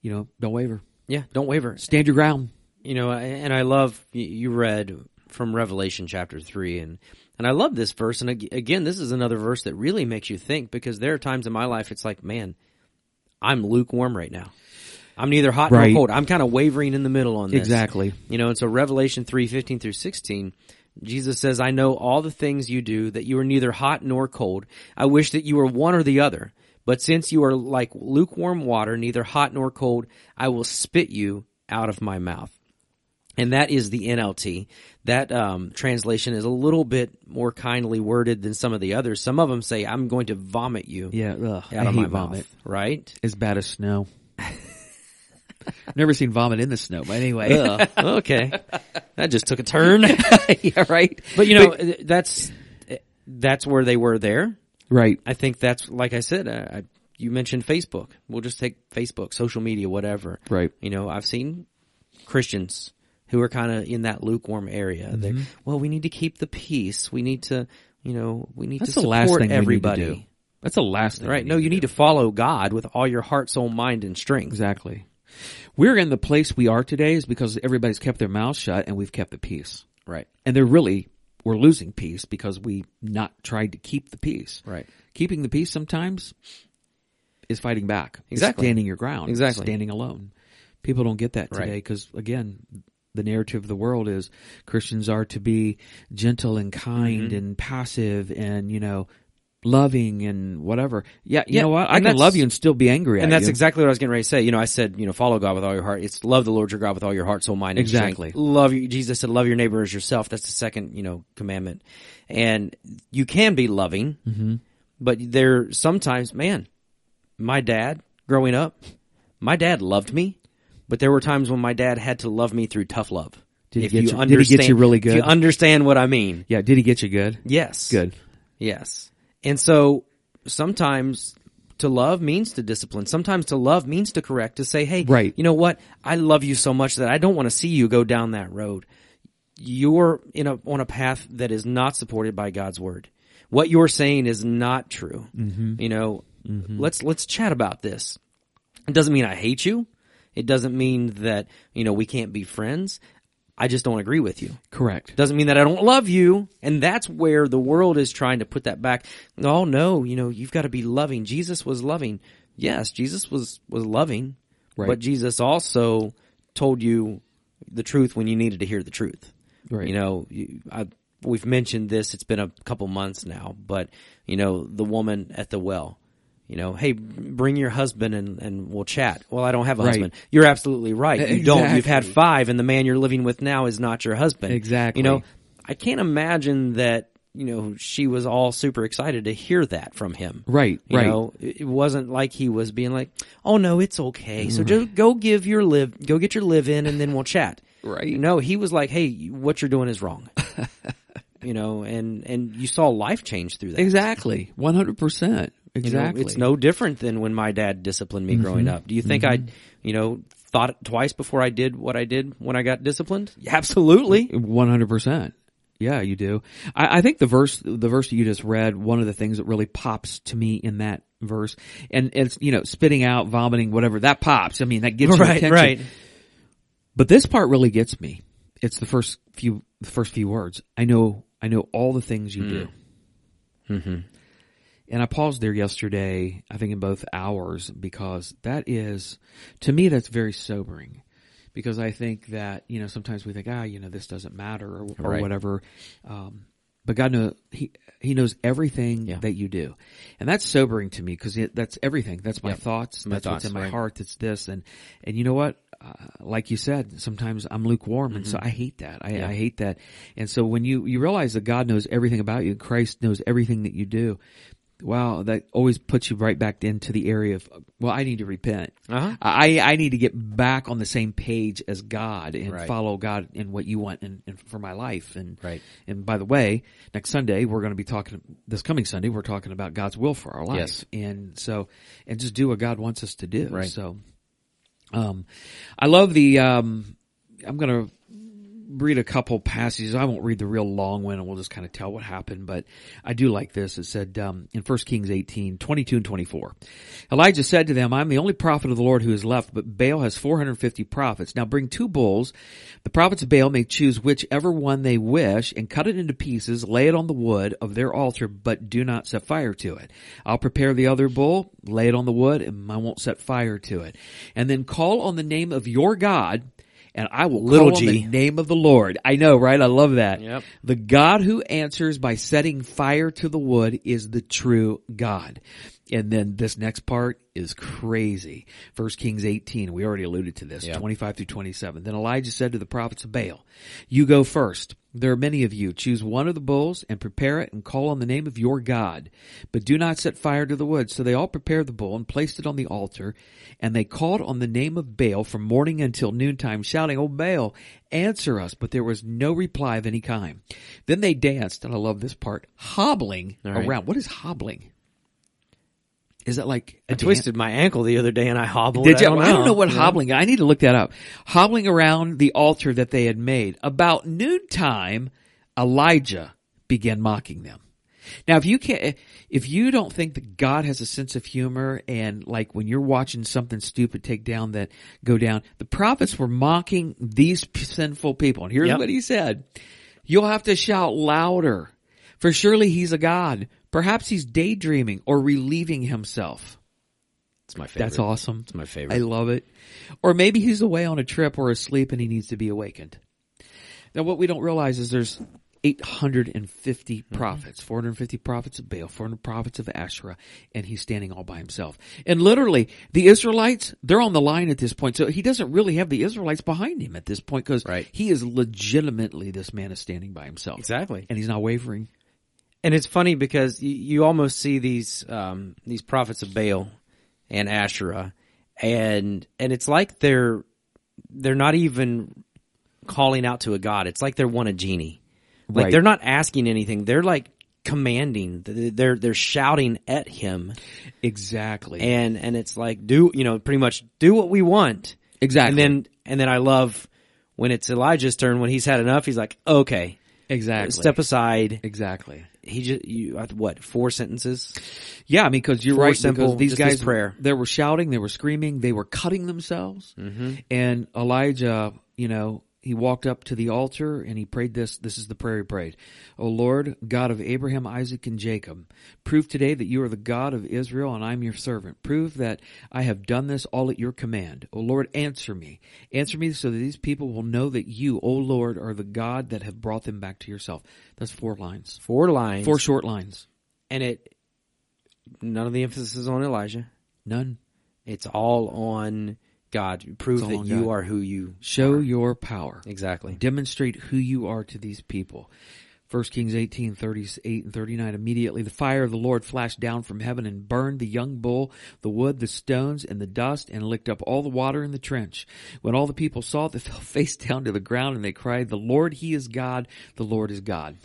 B: you know, don't waver,
A: Yeah. Don't waver.
B: stand your ground.
A: you know and i love you- you read from revelation chapter 3 and and i love this verse and ag- again this is another verse that really makes you think because there are times in my life it's like man i'm lukewarm right now i'm neither hot
B: Right.
A: nor cold i'm kind of wavering in the middle on this
B: Exactly.
A: you know and so revelation three fifteen through 16 jesus says i know all the things you do that you are neither hot nor cold i wish that you were one or the other but since you are like lukewarm water neither hot nor cold i will spit you out of my mouth and that is the NLT. That um, translation is a little bit more kindly worded than some of the others. Some of them say, "I'm going to vomit you
B: Yeah. Ugh, I
A: out of my
B: hate
A: mouth." Right?
B: As bad
A: *laughs*
B: as snow. Never seen vomit in the snow, but anyway.
A: Ugh. okay, that just took a turn.
B: *laughs* yeah, right.
A: But you know, that's that's where they were there.
B: right.
A: I think that's like I said. uh, I, I, you mentioned Facebook. We'll just take Facebook, social media, whatever.
B: Right.
A: You know, I've seen Christians who are kind of in that lukewarm area. They,
B: Mm-hmm.
A: well, we need to keep the peace. We need to, you know, we need
B: That's
A: to
B: the
A: support
B: last thing
A: everybody.
B: We need to do. That's the last thing.
A: Right?
B: we
A: No,
B: need
A: you
B: to
A: need
B: do.
A: to follow God with all your heart, soul, mind, and strength.
B: exactly. We're in the place we are today is because everybody's kept their mouth shut and we've kept the peace.
A: Right.
B: And they're really we're losing peace because we not tried to keep the peace.
A: Right.
B: Keeping the peace sometimes is fighting back. It's
A: Exactly.
B: standing your ground. It's
A: Exactly.
B: Standing alone. People don't get that
A: Right.
B: today because again, the narrative of the world is Christians are to be gentle and kind
A: Mm-hmm.
B: and passive and you know loving and whatever. Yeah, you
A: Yeah,
B: know what?
A: and
B: I can
A: that's-
B: love you and still be angry. at
A: And that's
B: you.
A: exactly what I was getting ready to say. You know, I said, you know, follow God with all your heart. It's love the Lord your God with all your heart, soul, mind, and strength.
B: Exactly.
A: Love you. Jesus said, love your neighbor as yourself. That's the second, you know, commandment. And you can be loving,
B: Mm-hmm.
A: but there sometimes, man, my dad growing up, my dad loved me, but there were times when my dad had to love me through tough love.
B: Did he get you- did he get you really
A: If
B: good?
A: you understand what I mean.
B: Yeah, did he get you good?
A: Yes.
B: Good.
A: Yes. And so sometimes to love means to discipline. Sometimes to love means to correct, to say, hey,
B: Right.
A: you know what? I love you so much that I don't want to see you go down that road. You're in a, on a path that is not supported by God's word. What you're saying is not true. You know, let's, let's chat about this. It doesn't mean I hate you. It doesn't mean that, you know, we can't be friends. I just don't agree with you.
B: Correct.
A: Doesn't mean that I don't love you. And that's where the world is trying to put that back. Oh no, you know, you've got to be loving. Jesus was loving. Yes, Jesus was, was loving.
B: Right.
A: But Jesus also told you the truth when you needed to hear the truth.
B: Right.
A: You know, you- I, we've mentioned this. It's been a couple months now, but you know, the woman at the well. You know, hey, bring your husband and, and we'll chat. Well, I don't have a
B: Right.
A: husband. You're absolutely right. You don't. You've had
B: Exactly.
A: five, and the man you're living with now is not your husband.
B: Exactly.
A: You know, I can't imagine that. You know, she was all super excited to hear that from him.
B: Right,
A: You
B: right.
A: know, it it wasn't like he was being like, "Oh no, it's okay."
B: Mm-hmm.
A: So just go give your live, go get your live in, and then we'll chat.
B: Right.
A: No, he was like, "Hey, what you're doing is
B: *laughs*
A: wrong." you know, and and you saw life change through that.
B: Exactly. 100%.
A: You know,
B: Exactly. Mm-hmm.
A: it's no different than when my dad disciplined me growing up. Do you think I, you know, thought twice before I did what I did when I got disciplined? Absolutely.
B: One hundred percent. Yeah, you do. I, I think the verse, the verse that you just read, one of the things that really pops to me in that verse, and it's you know spitting out, vomiting, whatever that pops. I mean, that gets your
A: Right,
B: attention.
A: right.
B: But this part really gets me. It's the first few, the first few words. I know, I know all the things you do. Mm-hmm.
A: Hmm. Mm-hmm.
B: And I paused there yesterday, I think in both hours, because that is, to me, that's very sobering. Because I think that, you know, sometimes we think, ah, you know, this doesn't matter or, or
A: Right.
B: whatever. Um, but God knows, He, He knows everything that you do. And that's sobering to me because that's everything. That's my thoughts. that's what's
A: thoughts,
B: in my
A: right.
B: heart. That's this. And, and you know what? Uh, like you said, sometimes I'm lukewarm. And so
A: Mm-hmm.
B: I hate that. I, I hate that. And so when you, you realize that God knows everything about you, Christ knows everything that you do. Wow, that always puts you right back into the area of well, I need to repent.
A: Uh-huh.
B: I I need to get back on the same page as God and
A: Right.
B: follow God in what you want and, and for my life. And
A: Right.
B: And by the way, next Sunday we're going to be talking. This coming Sunday we're talking about God's will for our life.
A: Yes.
B: And so, and just do what God wants us to do.
A: Right.
B: So, um, I love the um. I'm gonna read a couple passages. I won't read the real long one and we'll just kind of tell what happened, but I do like this. It said, um, in 1 Kings 18, 22 and 24. Elijah said to them, I'm the only prophet of the Lord who is left, but Baal has 450 prophets. Now bring two bulls. The prophets of Baal may choose whichever one they wish and cut it into pieces, lay it on the wood of their altar, but do not set fire to it. I'll prepare the other bull, lay it on the wood, and I won't set fire to it. And then call on the name of your God, and I will
A: Little
B: call on the
A: G.
B: name of the Lord. I know, right? I love that.
A: Yep.
B: The God who answers by setting fire to the wood is the true God. And then this next part is crazy. First Kings 18, we already alluded to this, 25 through 27. Then Elijah said to the prophets of Baal, you go first. There are many of you. Choose one of the bulls and prepare it and call on the name of your God. But do not set fire to the wood. So they all prepared the bull and placed it on the altar. And they called on the name of Baal from morning until noontime, shouting, O Baal, answer us. But there was no reply of any kind. Then they danced, and I love this part, hobbling
A: right.
B: around. What is hobbling? Is that like
A: I
B: a dance?
A: twisted my ankle the other day and I hobbled.
B: Did you?
A: I don't know,
B: what
A: Yeah.
B: hobbling. I need to look that up. Hobbling around the altar that they had made about noontime, Elijah began mocking them. Now, if you can't, if you don't think that God has a sense of humor and like when you're watching something stupid take down that go down, the prophets were mocking these p- sinful people. And here's
A: Yep.
B: what he said. You'll have to shout louder for surely he's a God. Perhaps he's daydreaming or relieving himself.
A: It's my favorite.
B: That's awesome.
A: It's my favorite.
B: I love it. Or maybe he's away on a trip or asleep and he needs to be awakened. Now what we don't realize is there's 850
A: Mm-hmm.
B: prophets, 450 prophets of Baal, 400 prophets of Asherah, and he's standing all by himself. And literally, the Israelites, they're on the line at this point, so he doesn't really have the Israelites behind him at this point because
A: Right.
B: he is legitimately this man is standing by himself.
A: Exactly.
B: And he's not wavering.
A: And it's funny because you, you almost see these um, these prophets of Baal and Asherah, and and it's like they're they're not even calling out to a god. It's like they're one a genie. Like
B: Right.
A: they're not asking anything. They're like commanding. They're they're shouting at him,
B: Exactly.
A: and and it's like do you know pretty much do what we want.
B: Exactly.
A: And then and then I love when it's Elijah's turn when he's had enough. He's like, okay,
B: exactly.
A: step aside.
B: exactly.
A: He just you I- what four sentences?
B: Yeah, I mean, because you're
A: Four
B: right.
A: simple,
B: because these
A: just
B: guys,
A: this prayer.
B: they
A: Mm-hmm.
B: were shouting, they were screaming, they were cutting themselves, and Elijah, you know, he walked up to the altar and he prayed this. This is the prayer he prayed. O Lord, God of Abraham, Isaac, and Jacob, prove today that you are the God of Israel and I'm your servant. Prove that I have done this all at your command. O Lord, answer me. Answer me so that these people will know that you, O Lord, are the God that have brought them back to yourself. That's four lines.
A: Four lines.
B: Four short lines.
A: And it, none of the emphasis is on Elijah.
B: None.
A: It's all on God. Prove
B: all
A: that
B: on
A: you
B: God.
A: are who you
B: Show your power.
A: exactly.
B: demonstrate who you are to these people. 1 Kings 18, 38 and 39. Immediately the fire of the Lord flashed down from heaven and burned the young bull, the wood, the stones, and the dust, and licked up all the water in the trench. When all the people saw it, they *laughs* fell face down to the ground and they cried, The Lord, He is God. The Lord is God.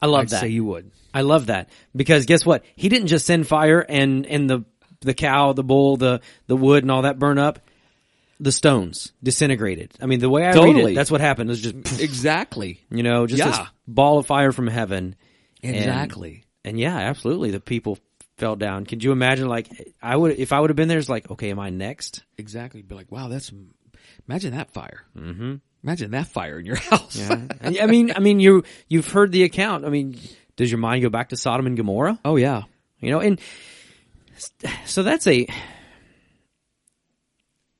A: I love
B: I'd
A: that.
B: say you would.
A: I love that because guess what? He didn't just send fire and and the the cow, the bull, the the wood, and all that burn up. The stones disintegrated. I mean, the way I read
B: Totally.
A: it, that's what happened. It was
B: *laughs*
A: just
B: Exactly.
A: you know, just this
B: Yeah.
A: ball of fire from heaven. And-
B: Exactly.
A: And, yeah, absolutely. The people fell down. Could you imagine? Like, I would if I would have been there. It's like, okay, am I
B: *laughs*
A: next?
B: Exactly. Be like, wow, that's, imagine that fire. Mm-hmm. Imagine that fire in your *laughs* house.
A: And, I mean, I mean, you you've heard the account. I mean, does your mind go back to Sodom and Gomorrah?
B: oh yeah.
A: you know and so that's a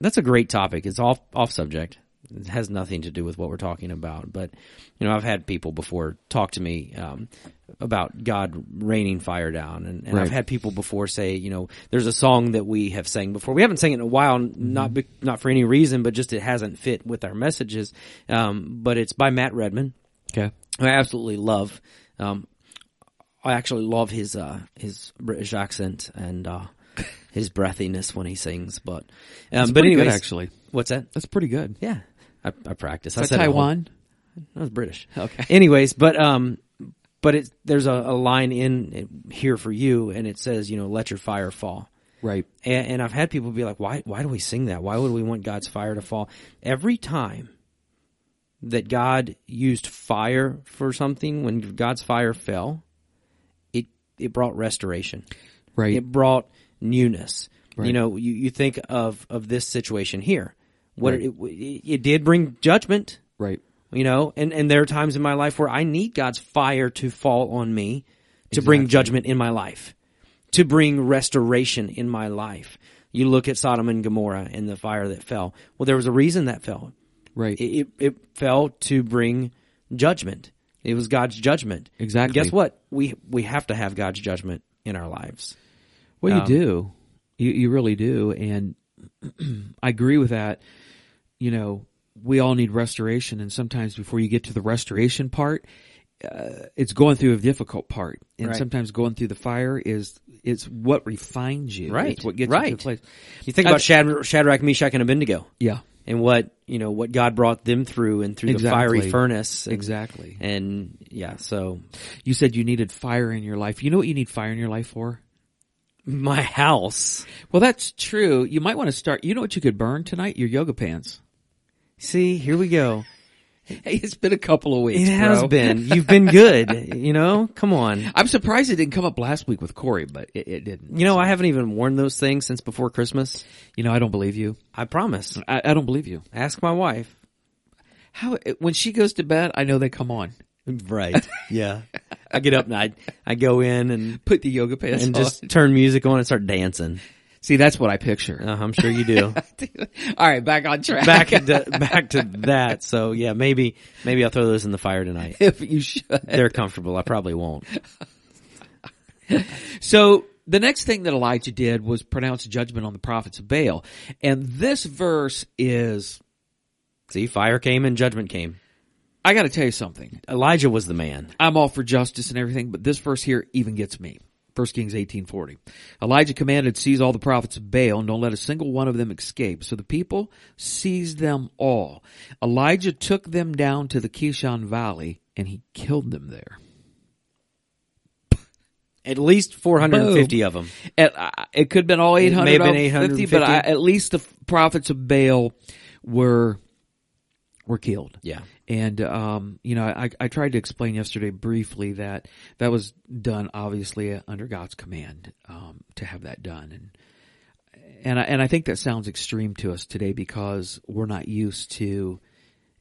A: that's a great topic it's off off subject it has nothing to do with what we're talking about but you know i've had people before talk to me um, about god raining fire down and, and i've
B: Right.
A: had people before say you know there's a song that we have sang before we haven't sang it in a while not be, not for any reason but just it hasn't fit with our messages um, but it's by matt redman
B: Okay.
A: who I absolutely love. Um, I actually love his uh, his British accent and uh, his breathiness when he sings. But um, but
B: pretty good,
A: anyway,
B: actually.
A: what's that?
B: That's pretty good.
A: Yeah, I, I practice. I
B: Is
A: said
B: that
A: it all-
B: Taiwan?
A: that was British.
B: Okay.
A: *laughs* Anyways, but um, but it's there's a, a line in here for you, and it says, you know, let your fire fall.
B: Right.
A: And, and I've had people be like, why, why do we sing that? Why would we want God's fire to fall? Every time that God used fire for something, when God's fire fell, it, it brought restoration.
B: Right.
A: It brought newness. You
B: Right.
A: know, you, you think of, of this situation here. What it, it, it did bring judgment,
B: Right.
A: you know, and, and there are times in my life where I need God's fire to fall on me to bring judgment in my life, to bring restoration in my life. You look at Sodom and Gomorrah and the fire that fell. Well, there was a reason that fell.
B: Right.
A: It, it, it fell to bring judgment. It was God's judgment.
B: Exactly.
A: Guess what? We, we have to have God's judgment in our lives.
B: well, you do. You you really do, and *clears throat* I agree with that. You know, we all need restoration, and sometimes before you get to the restoration part, uh, it's going through a difficult part, and
A: Right.
B: sometimes going through the fire is it's what refines you.
A: Right.
B: It's what gets you
A: Right.
B: to the place.
A: You
B: Uh,
A: think about Shad- Shadrach, Meshach, and Abednego
B: Yeah.
A: and what, you know, what God brought them through and through the fiery
B: Exactly.
A: furnace. and-
B: Exactly.
A: And yeah, so
B: You said you needed fire in your life. You know what you need fire in your life for?
A: my house.
B: Well, that's true. You might want to start. You know what you could burn tonight? Your yoga pants. *laughs*
A: See, here we go.
B: Hey, it's been a couple of weeks.
A: It has *laughs*
B: bro.
A: been. You've been good. You know, come on.
B: I'm surprised it didn't come up last week with Corey, but it, it didn't.
A: You know, I haven't even worn those things since before Christmas.
B: You know, I don't believe you.
A: I promise.
B: I, I don't believe you.
A: Ask my wife.
B: How when she goes to bed, I know they come on. *laughs*
A: Right. Yeah. I get up and I, I go in and,
B: Put the yoga pants
A: and
B: on.
A: just turn music on and start dancing.
B: *laughs* see. That's what I picture.
A: Uh, I'm sure you do.
B: *laughs* All right, back on
A: *laughs*
B: track.
A: Back to, back to that. So yeah, maybe, maybe I'll throw those in the fire tonight.
B: *laughs* if you should.
A: They're comfortable. I probably won't.
B: So the next thing that Elijah did was pronounce judgment on the prophets of Baal, and this verse is.
A: See, fire came and judgment came.
B: I got to tell you something.
A: Elijah was the man.
B: I'm all for justice and everything, but this verse here even gets me. 1 Kings 18:40. Elijah commanded, "Seize all the prophets of Baal, and don't let a single one of them escape." So the people seized them all. Elijah took them down to the Kishon Valley, and he killed them there.
A: At least 450 of 'em. of them.
B: And I- it could have been all 800,
A: may have been
B: of 50, but I,
A: 850.
B: at least the prophets of Baal were were killed.
A: Yeah.
B: And, um, you know, I, I tried to explain yesterday briefly that that was done obviously under God's command, um, to have that done. And, and I, and I think that sounds extreme to us today because we're not used to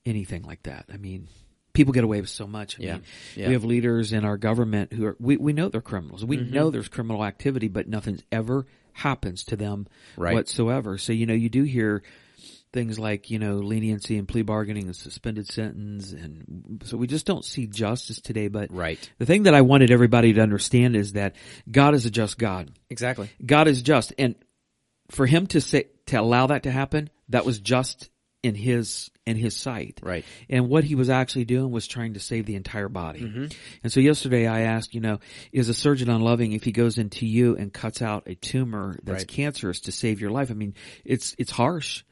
B: anything like that. I mean, people get away with so much. I
A: Yeah.
B: mean,
A: Yeah.
B: we have leaders in our government who are we, we know they're criminals. We
A: Mm-hmm.
B: know there's criminal activity, but nothing's ever happens to them
A: Right.
B: whatsoever. So you know, you do hear things like you know leniency and plea bargaining and suspended sentence, and so we just don't see justice today. But
A: Right.
B: the thing that I wanted everybody to understand is that God is a just God.
A: Exactly.
B: God is just, and for him to say to allow that to happen, that was just in his in his sight.
A: Right.
B: And what he was actually doing was trying to save the entire body.
A: Mm-hmm.
B: And so yesterday I asked, you know, is a surgeon unloving if he goes into you and cuts out a tumor that's
A: Right.
B: cancerous to save your life? I mean, it's it's harsh,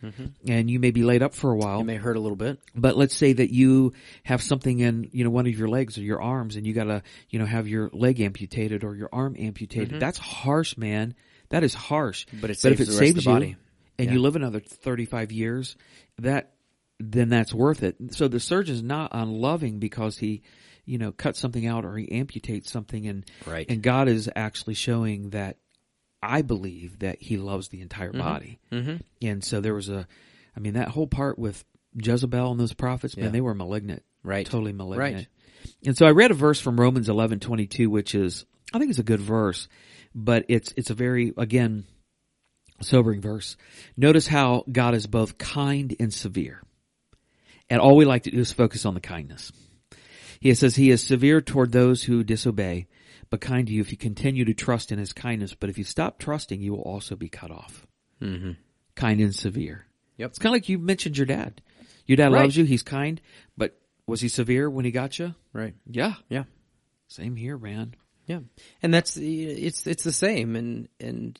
B: and you may be laid up for a
A: It
B: while.
A: Mm-hmm. may hurt a little bit.
B: But let's say that you have something in, you know, one of your legs or your arms and you gotta, you know, have your leg amputated or your arm amputated. That's harsh, man. That is harsh.
A: Mm-hmm. But it saves the rest of the body.
B: you and you live another 35 years, that, then that's worth it. So the surgeon's not unloving because he, you know, cuts something out or he amputates something and,
A: Right.
B: and God is actually showing that I believe that he loves the entire body. Mm-hmm. And so there was a, I mean, that whole part with Jezebel and those prophets, man, they were malignant.
A: Right.
B: Totally malignant.
A: Right.
B: And so I read a verse from Romans eleven twenty two, which is, I think it's a good verse, but it's, it's a very, again, sobering verse. Notice how God is both kind and severe. And all we like to do is focus on the kindness. He says he is severe toward those who disobey, but kind to you if you continue to trust in his kindness. But if you stop trusting, you will also be cut off. Mm-hmm. Kind and severe.
A: Yep.
B: It's kind of like you mentioned your dad. Your dad
A: Right.
B: loves you. He's kind, but was he severe when he got you?
A: Right.
B: Yeah.
A: Yeah.
B: Same here, man.
A: Yeah, and that's it's it's the same, and and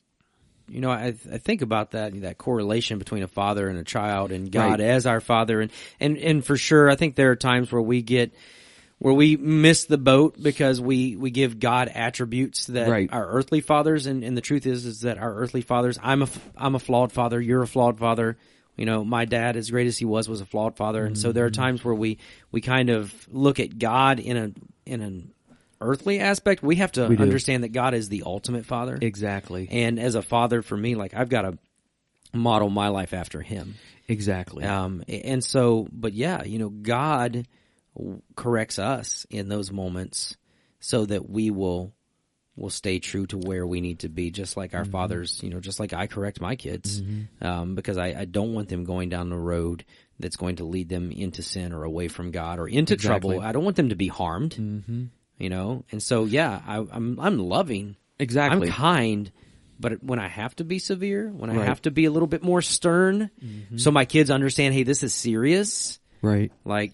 A: you know I I think about that that correlation between a father and a child and God
B: Right.
A: as our father, and and and for sure I think there are times where we get where we miss the boat because we we give God attributes that
B: Right.
A: our earthly fathers and and the truth is is that our earthly fathers I'm a f- I'm a flawed father, you're a flawed father. You know, my dad, as great as he was, was a flawed father, and so there are
B: Mm-hmm.
A: times where we we kind of look at God in a in an earthly aspect. We have to
B: do.
A: understand that God is the ultimate father.
B: Exactly.
A: And as a father for me, like I've got to model my life after him.
B: exactly.
A: Um, a- and so, but yeah, you know, God w- corrects us in those moments so that we will will stay true to where we need to be, just like our fathers, you know, just like I correct my kids, um, because I, I don't want them going down the road that's going to lead them into sin or away from God or into
B: Exactly.
A: trouble. I don't want them to be harmed, you know. And so, yeah, I, I'm I'm loving,
B: Exactly.
A: I'm kind, but when I have to be severe, when I
B: Right.
A: have to be a little bit more stern, so my kids understand, hey, this is serious.
B: right.
A: Like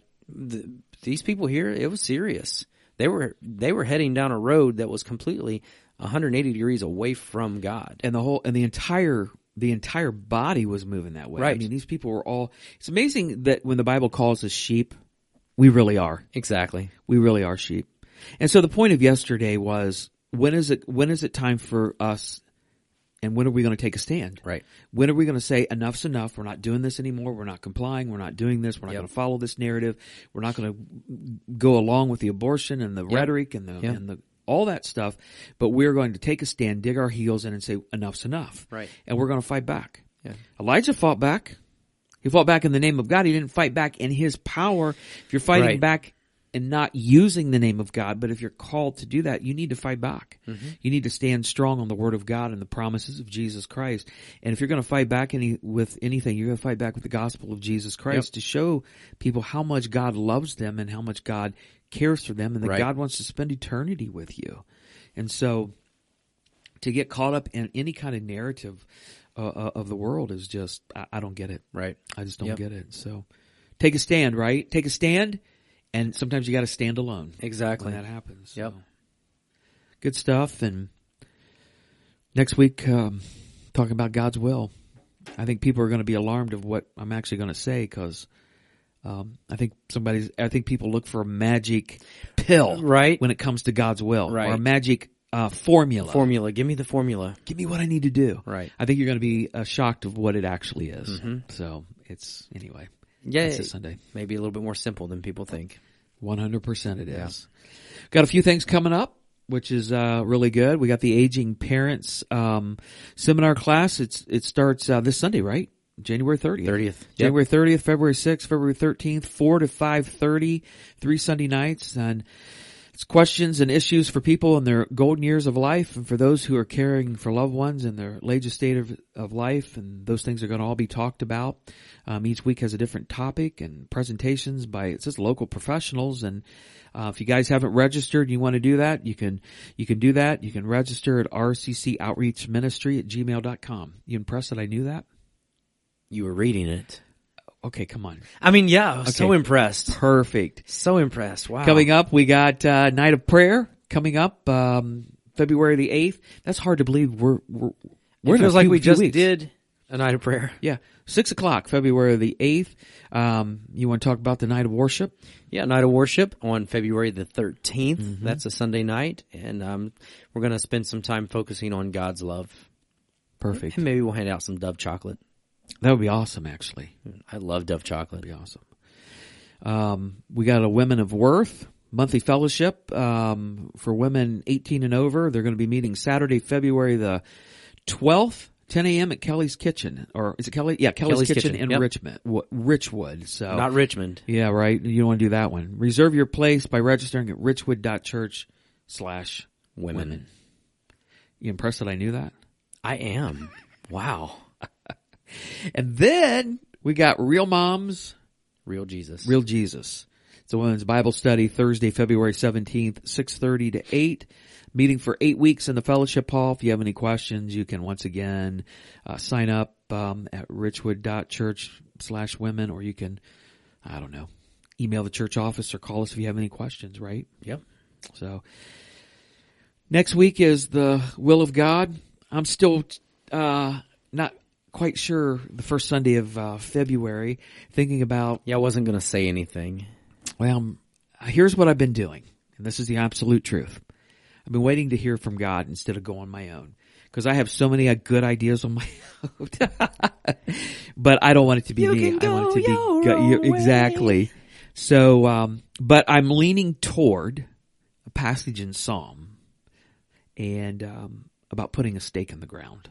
A: th- these people here, it was serious. They were they were heading down a road that was completely 180 degrees away from God.
B: and the whole and the entire the entire body was moving that way. I
A: Right.
B: mean, these people were all. It's amazing that when the Bible calls us sheep, we really are.
A: Exactly.
B: We really are sheep. And so the point of yesterday was when is it when is it time for us and when are we going to take a stand?
A: Right.
B: When are we going to say enough's enough? We're not doing this anymore. We're not complying. We're not doing this. We're not
A: Yep.
B: going to follow this narrative. We're not going to go along with the abortion and the rhetoric and the
A: Yep.
B: and the all that stuff, but we're going to take a stand, dig our heels in and say enough's enough.
A: Right.
B: And we're going to fight back.
A: Yeah.
B: Elijah fought back. He fought back in the name of God. He didn't fight back in his power. If you're fighting
A: Right.
B: back and not using the name of God, but if you're called to do that, you need to fight back.
A: Mm-hmm.
B: You need to stand strong on the word of God and the promises of Jesus Christ. And if you're going to fight back any with anything, you're going to fight back with the gospel of Jesus Christ to show people how much God loves them and how much God cares for them and that
A: Right.
B: God wants to spend eternity with you. And so to get caught up in any kind of narrative uh, uh, of the world is just I, I don't get it.
A: Right.
B: I just don't
A: Yep.
B: get it. So take a stand, right? Take a stand, and sometimes you got to stand alone.
A: Exactly.
B: When that happens.
A: Yep.
B: So, Good stuff. And next week, um, talking about God's will. I think people are going to be alarmed of what I'm actually going to say because um, I think somebody's. I think people look for a magic pill,
A: Right.
B: when it comes to God's will, or a
A: Right.
B: magic uh, formula
A: Formula. Give me the formula.
B: give me what I need to do.
A: Right. Mm-hmm.
B: I think you're going to be uh, shocked of what it actually is. So it's anyway.
A: Yeah.
B: It's a Sunday.
A: Maybe a little bit more simple than people think.
B: 100% it is. Got a few things coming up, which is uh, really good. We got the aging parents um, seminar class. It's it starts uh, this Sunday, right? January 30th.
A: 30th. Yep.
B: January 30th, February 6th, February 13th, 4 to 5.30, three Sunday nights. And it's questions and issues for people in their golden years of life and for those who are caring for loved ones in their latest state of, of life. And those things are going to all be talked about. Um, each week has a different topic and presentations by, it's just local professionals. And, uh, if you guys haven't registered and you want to do that, you can, you can do that. You can register at rccoutreachministry at gmail.com. You impressed that I knew that?
A: You were reading it.
B: Okay, come on.
A: I mean, yeah, I was so
B: Okay.
A: impressed.
B: Perfect.
A: So impressed. Wow.
B: Coming up, we got uh, Night of Prayer coming up um, February the eighth. That's hard to believe. We're we're,
A: It
B: we're in a
A: feels like
B: few-
A: we
B: few
A: just
B: weeks.
A: did a night of prayer.
B: Yeah, six o'clock, February the eighth. Um, you want to talk about the Night of Worship?
A: Yeah, night of worship on February the 13th.
B: Mm-hmm.
A: That's a Sunday night. And, um, we're going to spend some time focusing on God's love.
B: Perfect.
A: And maybe we'll hand out some Dove chocolate.
B: That would be awesome. Actually,
A: I love Dove chocolate.
B: be awesome. Um, we got a Women of Worth monthly fellowship um, for women 18 and over. They're going to be meeting Saturday, February the 12th, 10 a.m. at Kelly's Kitchen, or is it Kelly? Yeah, Kelly's,
A: Kelly's
B: Kitchen,
A: Kitchen,
B: in
A: yep.
B: Richmond, w- Richwood. So
A: Not
B: *laughs*
A: Richmond.
B: yeah, right. You don't want to do that one. Reserve your place by registering at richwood.church slash
A: Women.
B: You impressed that I knew that?
A: I am. Wow.
B: And then we got Real Moms
A: Real Jesus.
B: Real Jesus. It's a women's Bible study Thursday, February 17th, 6.30 to 8. Meeting for eight weeks in the fellowship hall. If you have any questions, you can once again uh, sign up um, at richwood.church slash women or you can, I don't know, email the church office or call us if you have any questions, right?
A: Yep.
B: So next week is the will of God. I'm still uh, not quite sure the first Sunday of uh, February thinking about
A: Yeah, I wasn't going to say anything.
B: well, um, here's what I've been doing, and this is the absolute truth. I've been waiting to hear from God instead of going on my own because I have so many uh, good ideas on my *laughs* own. but I don't want it to be
A: You
B: me.
A: can
B: I want it to
A: go
B: be
A: your own
B: go- exactly. So, um, but I'm leaning toward a passage in Psalm and um, about putting a stake in the ground.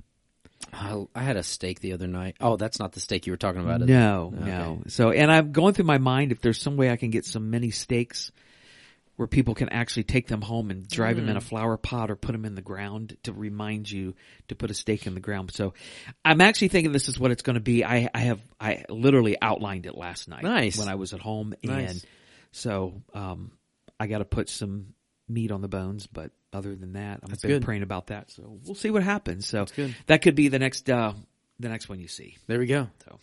A: I, I had a steak the other night. Oh, that's not the steak you were talking about. is it?
B: No, no. So, and I'm going through my mind if there's some way I can get some mini steaks where people can actually take them home and drive them
A: Mm.
B: in a flower pot or put them in the ground to remind you to put a stake in the ground. So, I'm actually thinking this is what it's going to be. I, I have I literally outlined it last night
A: Nice.
B: when I was at home, and
A: Nice.
B: so um, I got to put some meat on the bones, but. Other than that, I've been
A: good.
B: praying about that, so we'll see what happens. So
A: good.
B: that could be the next, uh, the next one you see.
A: There we go.
B: So.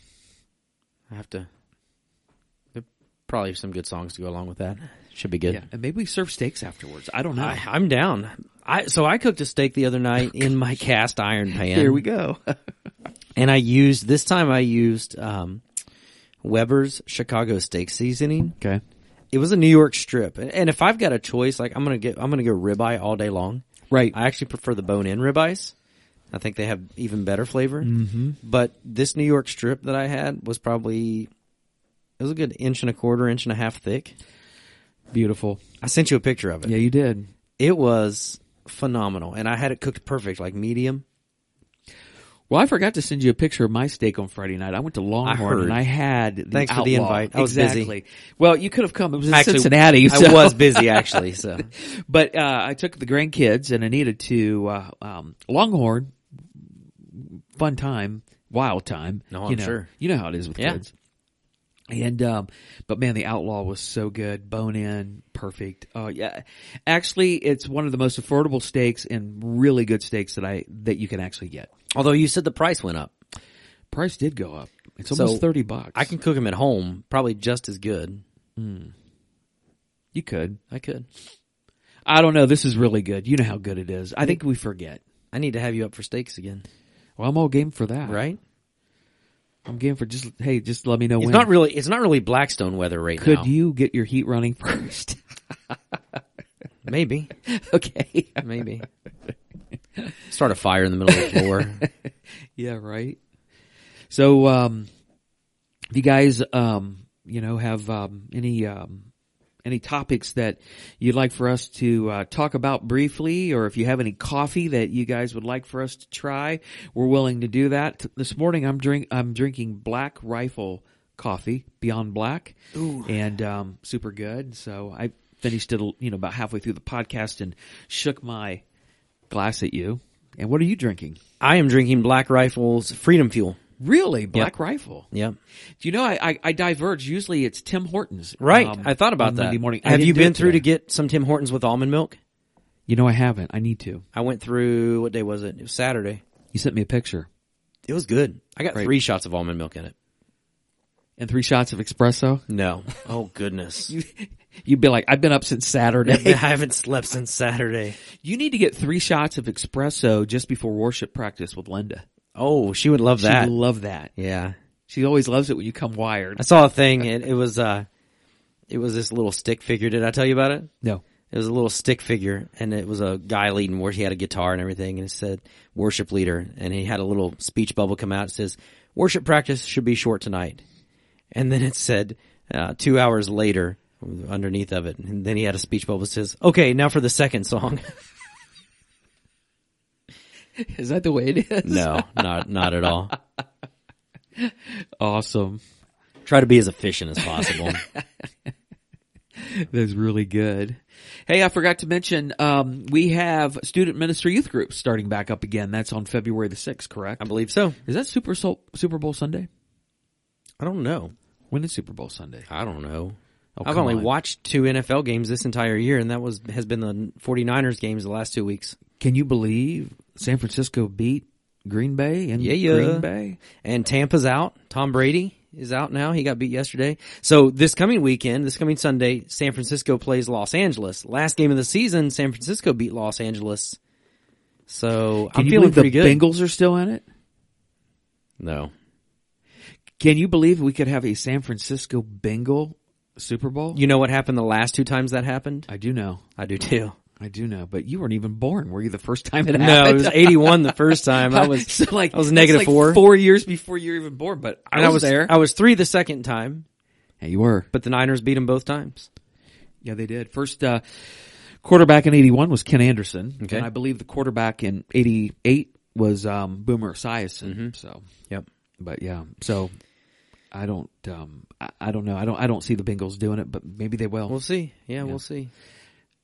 A: I have to. There are probably some good songs to go along with that. Should be good.
B: Yeah, and maybe we serve steaks afterwards. I don't know.
A: I, I'm down. I so I cooked a steak the other
B: *laughs*
A: night in my cast iron pan. *laughs*
B: go.
A: And I used this time I used um, Weber's Chicago steak seasoning.
B: okay.
A: It was a New York strip, And- and if I've got a choice, like I'm gonna get I'm gonna go ribeye all day long.
B: Right.
A: I actually prefer the bone-in ribeyes. I think they have even better flavor. Mm-hmm. But this New York strip that I had was probably it was a good inch and a quarter, inch and a half thick.
B: Beautiful.
A: I sent you a picture of it.
B: Yeah, you did.
A: It was phenomenal, and I had it cooked perfect, like medium.
B: Well, I forgot to send you a picture of my steak on Friday night. I went to Longhorn
A: heard.
B: and I had the
A: Thanks for the
B: Outlaw.
A: invite. I was busy.
B: exactly. Well, you could have come. It was in
A: Actually,
B: Cincinnati.
A: I
B: so-
A: was busy actually, so
B: but uh, I took the grandkids and Anita to uh, um, Longhorn. Fun time, wild time.
A: No,
B: you
A: I'm
B: know,
A: sure.
B: You know how it is with
A: Yeah.
B: kids. And um, but man, the outlaw was so good, bone in, perfect. Oh yeah, actually, it's one of the most affordable steaks and really good steaks that I that you can actually get.
A: *laughs* although you said the price went up.
B: Price did go up. It's
A: So,
B: almost thirty bucks.
A: I can cook them at home, probably just as good.
B: you could.
A: I could.
B: I don't know. This is really good. You know how good it is. I think we forget.
A: I need to have you up for steaks again,
B: Well, I'm all game for that.
A: right?
B: I'm game for just hey, just let me know
A: It's
B: when.
A: not really it's not really Blackstone weather right
B: Could
A: now.
B: you get your heat running *laughs* first?
A: *laughs* Maybe,
B: okay.
A: maybe. Start a fire in the middle of the *laughs* floor.
B: Yeah, right. So, um, if you guys, um, you know, have, um, any, um, any topics that you'd like for us to uh, talk about briefly, or if you have any coffee that you guys would like for us to try, we're willing to do that. This morning, I'm drink I'm drinking Black Rifle coffee, Beyond Black, and um, super good. So I finished it, you know, about halfway through the podcast and shook my glass at you. And what are you drinking?
A: I am drinking Black Rifle's Freedom Fuel.
B: Really, Black Rifle.
A: Yep.
B: Do you know I, I, I diverge? Usually it's Tim Hortons.
A: Right.
B: um,
A: I thought about
B: on
A: that.
B: Monday morning. I
A: Have
B: didn't
A: you
B: do it
A: been through to
B: today.
A: get some Tim Hortons with almond milk?
B: You know I haven't. I need to.
A: I went through, what day was it? It was Saturday.
B: You sent me a picture
A: It was good. I got three shots of almond milk in it.
B: and three shots of espresso.
A: No. Oh goodness.
B: You'd be like, I've been up since
A: *laughs* I
B: Saturday.
A: haven't slept since Saturday.
B: you need to get three shots of espresso just before worship practice with Linda.
A: Oh, she would love
B: She
A: that.
B: would love that.
A: yeah.
B: She always loves it when you come wired.
A: I saw a thing and it was, uh, it was this little stick figure. Did I tell you about it?
B: No.
A: It was a little stick figure, and it was a guy leading where he had a guitar and everything, and it said worship leader, and he had a little speech bubble come out. It says worship practice should be short tonight, and then it said uh, two hours later underneath of it, and then he had a speech bubble that says okay now for the second song. *laughs*
B: Is that the way
A: *laughs*
B: it is?
A: no, not not at all.
B: Awesome.
A: *laughs* Try to be as efficient as *laughs* possible.
B: That's really good. Hey, I forgot to mention, um, we have student ministry youth groups starting back up again. That's on February the 6th, correct?
A: I believe so.
B: Is that Super Sol- Super Bowl Sunday?
A: I don't know.
B: When is Super Bowl Sunday?
A: I don't know.
B: Oh,
A: I've
B: come
A: only
B: on.
A: watched two NFL games this entire year, and that was has been the 49ers games the last two weeks.
B: Can you believe San Francisco beat Green Bay and
A: Yeah, yeah.
B: Green Bay?
A: And Tampa's out. Tom Brady is out now. He got beat yesterday. So this coming weekend, this coming Sunday, San Francisco plays Los Angeles. Last game of the season, San Francisco beat Los Angeles. So
B: Can
A: I'm feeling
B: you believe the
A: pretty good.
B: Bengals are still in it?
A: no.
B: Can you believe we could have a San Francisco Bengal Super Bowl?
A: You know what happened the last two times that happened?
B: I do know.
A: I do too.
B: I do know, but you weren't even born. Were you the first time it
A: *laughs* No, it
B: happened?
A: was 81 the first
B: *laughs*
A: time. I was
B: so like
A: I was
B: that's
A: negative
B: like
A: four.
B: four years before you were even born. But I,
A: and
B: was, there.
A: I was three the second time,
B: yeah, you were.
A: but the Niners beat them both times.
B: Yeah, they did. First uh, quarterback in '81 was Ken Anderson,
A: Okay.
B: and I believe the quarterback in '88 was um, Boomer Esiason.
A: Mm-hmm.
B: So,
A: Yep.
B: but yeah, so I don't, um, I, I don't know. I don't, I don't see the Bengals doing it, but maybe they will.
A: We'll see. Yeah, we'll see.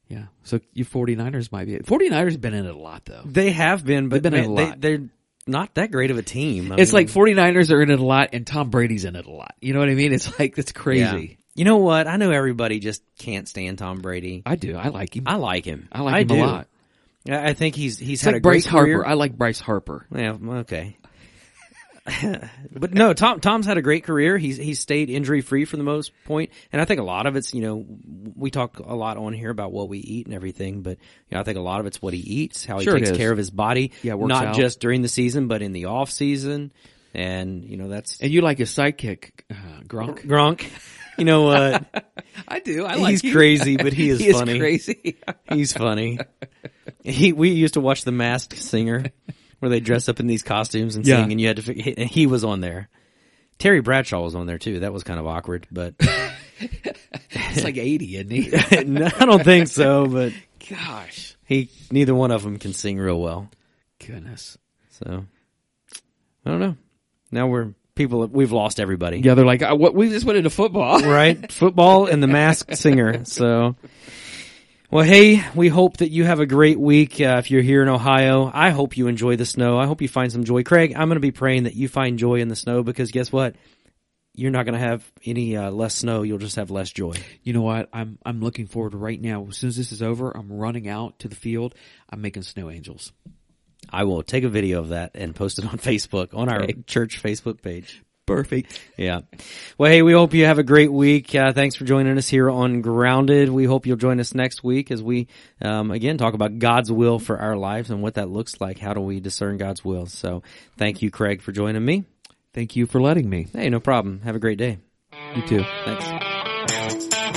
B: yeah. So you 49ers might be. 49ers been in it a lot though.
A: They have been, but
B: They've been in
A: man,
B: a lot.
A: They, are not that great of a team. I
B: It's
A: mean-
B: like 49ers are in it a lot and Tom Brady's in it a lot. You know what I mean? It's like, that's crazy.
A: Yeah. You know what? I know everybody just can't stand Tom Brady.
B: I do. I like him.
A: I like him.
B: I like him
A: do.
B: a lot.
A: I I think he's he's
B: It's
A: had
B: like
A: a great
B: Bryce Harper.
A: career.
B: I like Bryce Harper.
A: Yeah, okay. *laughs* but no, Tom Tom's had a great career. He's he's stayed injury free for the most point, and I think a lot of it's you know we talk a lot on here about what we eat and everything, but you know I think a lot of it's what he eats, how he
B: Sure it
A: takes
B: is.
A: care of his body,
B: Yeah, it works
A: not
B: out.
A: just during the season, but in the off season, and you know that's
B: And you like his sidekick, uh, Gronk.
A: Gronk. You know uh, what?
B: I do. I
A: He's
B: him.
A: crazy, but
B: *laughs*
A: he is
B: he
A: funny.
B: Is crazy. *laughs* Oh,
A: He's funny. He we used to watch The Masked Singer, where they dress up in these costumes and
B: Yeah.
A: sing, and you had to. fi- And he was on there. Terry Bradshaw was on there too. That was kind of awkward, but
B: *laughs* It's like 80, isn't he?
A: *laughs* No, I don't think so. But
B: Gosh.
A: he, neither one of them can sing real well.
B: Goodness.
A: So I don't know. Now we're people. We've lost everybody,
B: Yeah, they're like, uh, what, we just went into football. *laughs*
A: right? Football and The Masked Singer. So. Well, hey, we hope that you have a great week. Uh, if you're here in Ohio, I hope you enjoy the snow. I hope you find some joy. Craig, I'm going to be praying that you find joy in the snow because guess what? You're not going to have any uh, less snow. You'll just have less joy.
B: You know what? I'm, I'm looking forward to right now. As soon as this is over, I'm running out to the field. I'm making snow angels.
A: I will take a video of that and post it on *laughs* Facebook, on our church Facebook page.
B: Perfect.
A: Yeah. Well, hey, we hope you have a great week. Uh, thanks for joining us here on Grounded. We hope you'll join us next week as we, um, again, talk about God's will for our lives and what that looks like. How do we discern God's will? So thank you, Craig, for joining me.
B: Thank you for letting me.
A: Hey, no problem. Have a great day.
B: You too.
A: Thanks.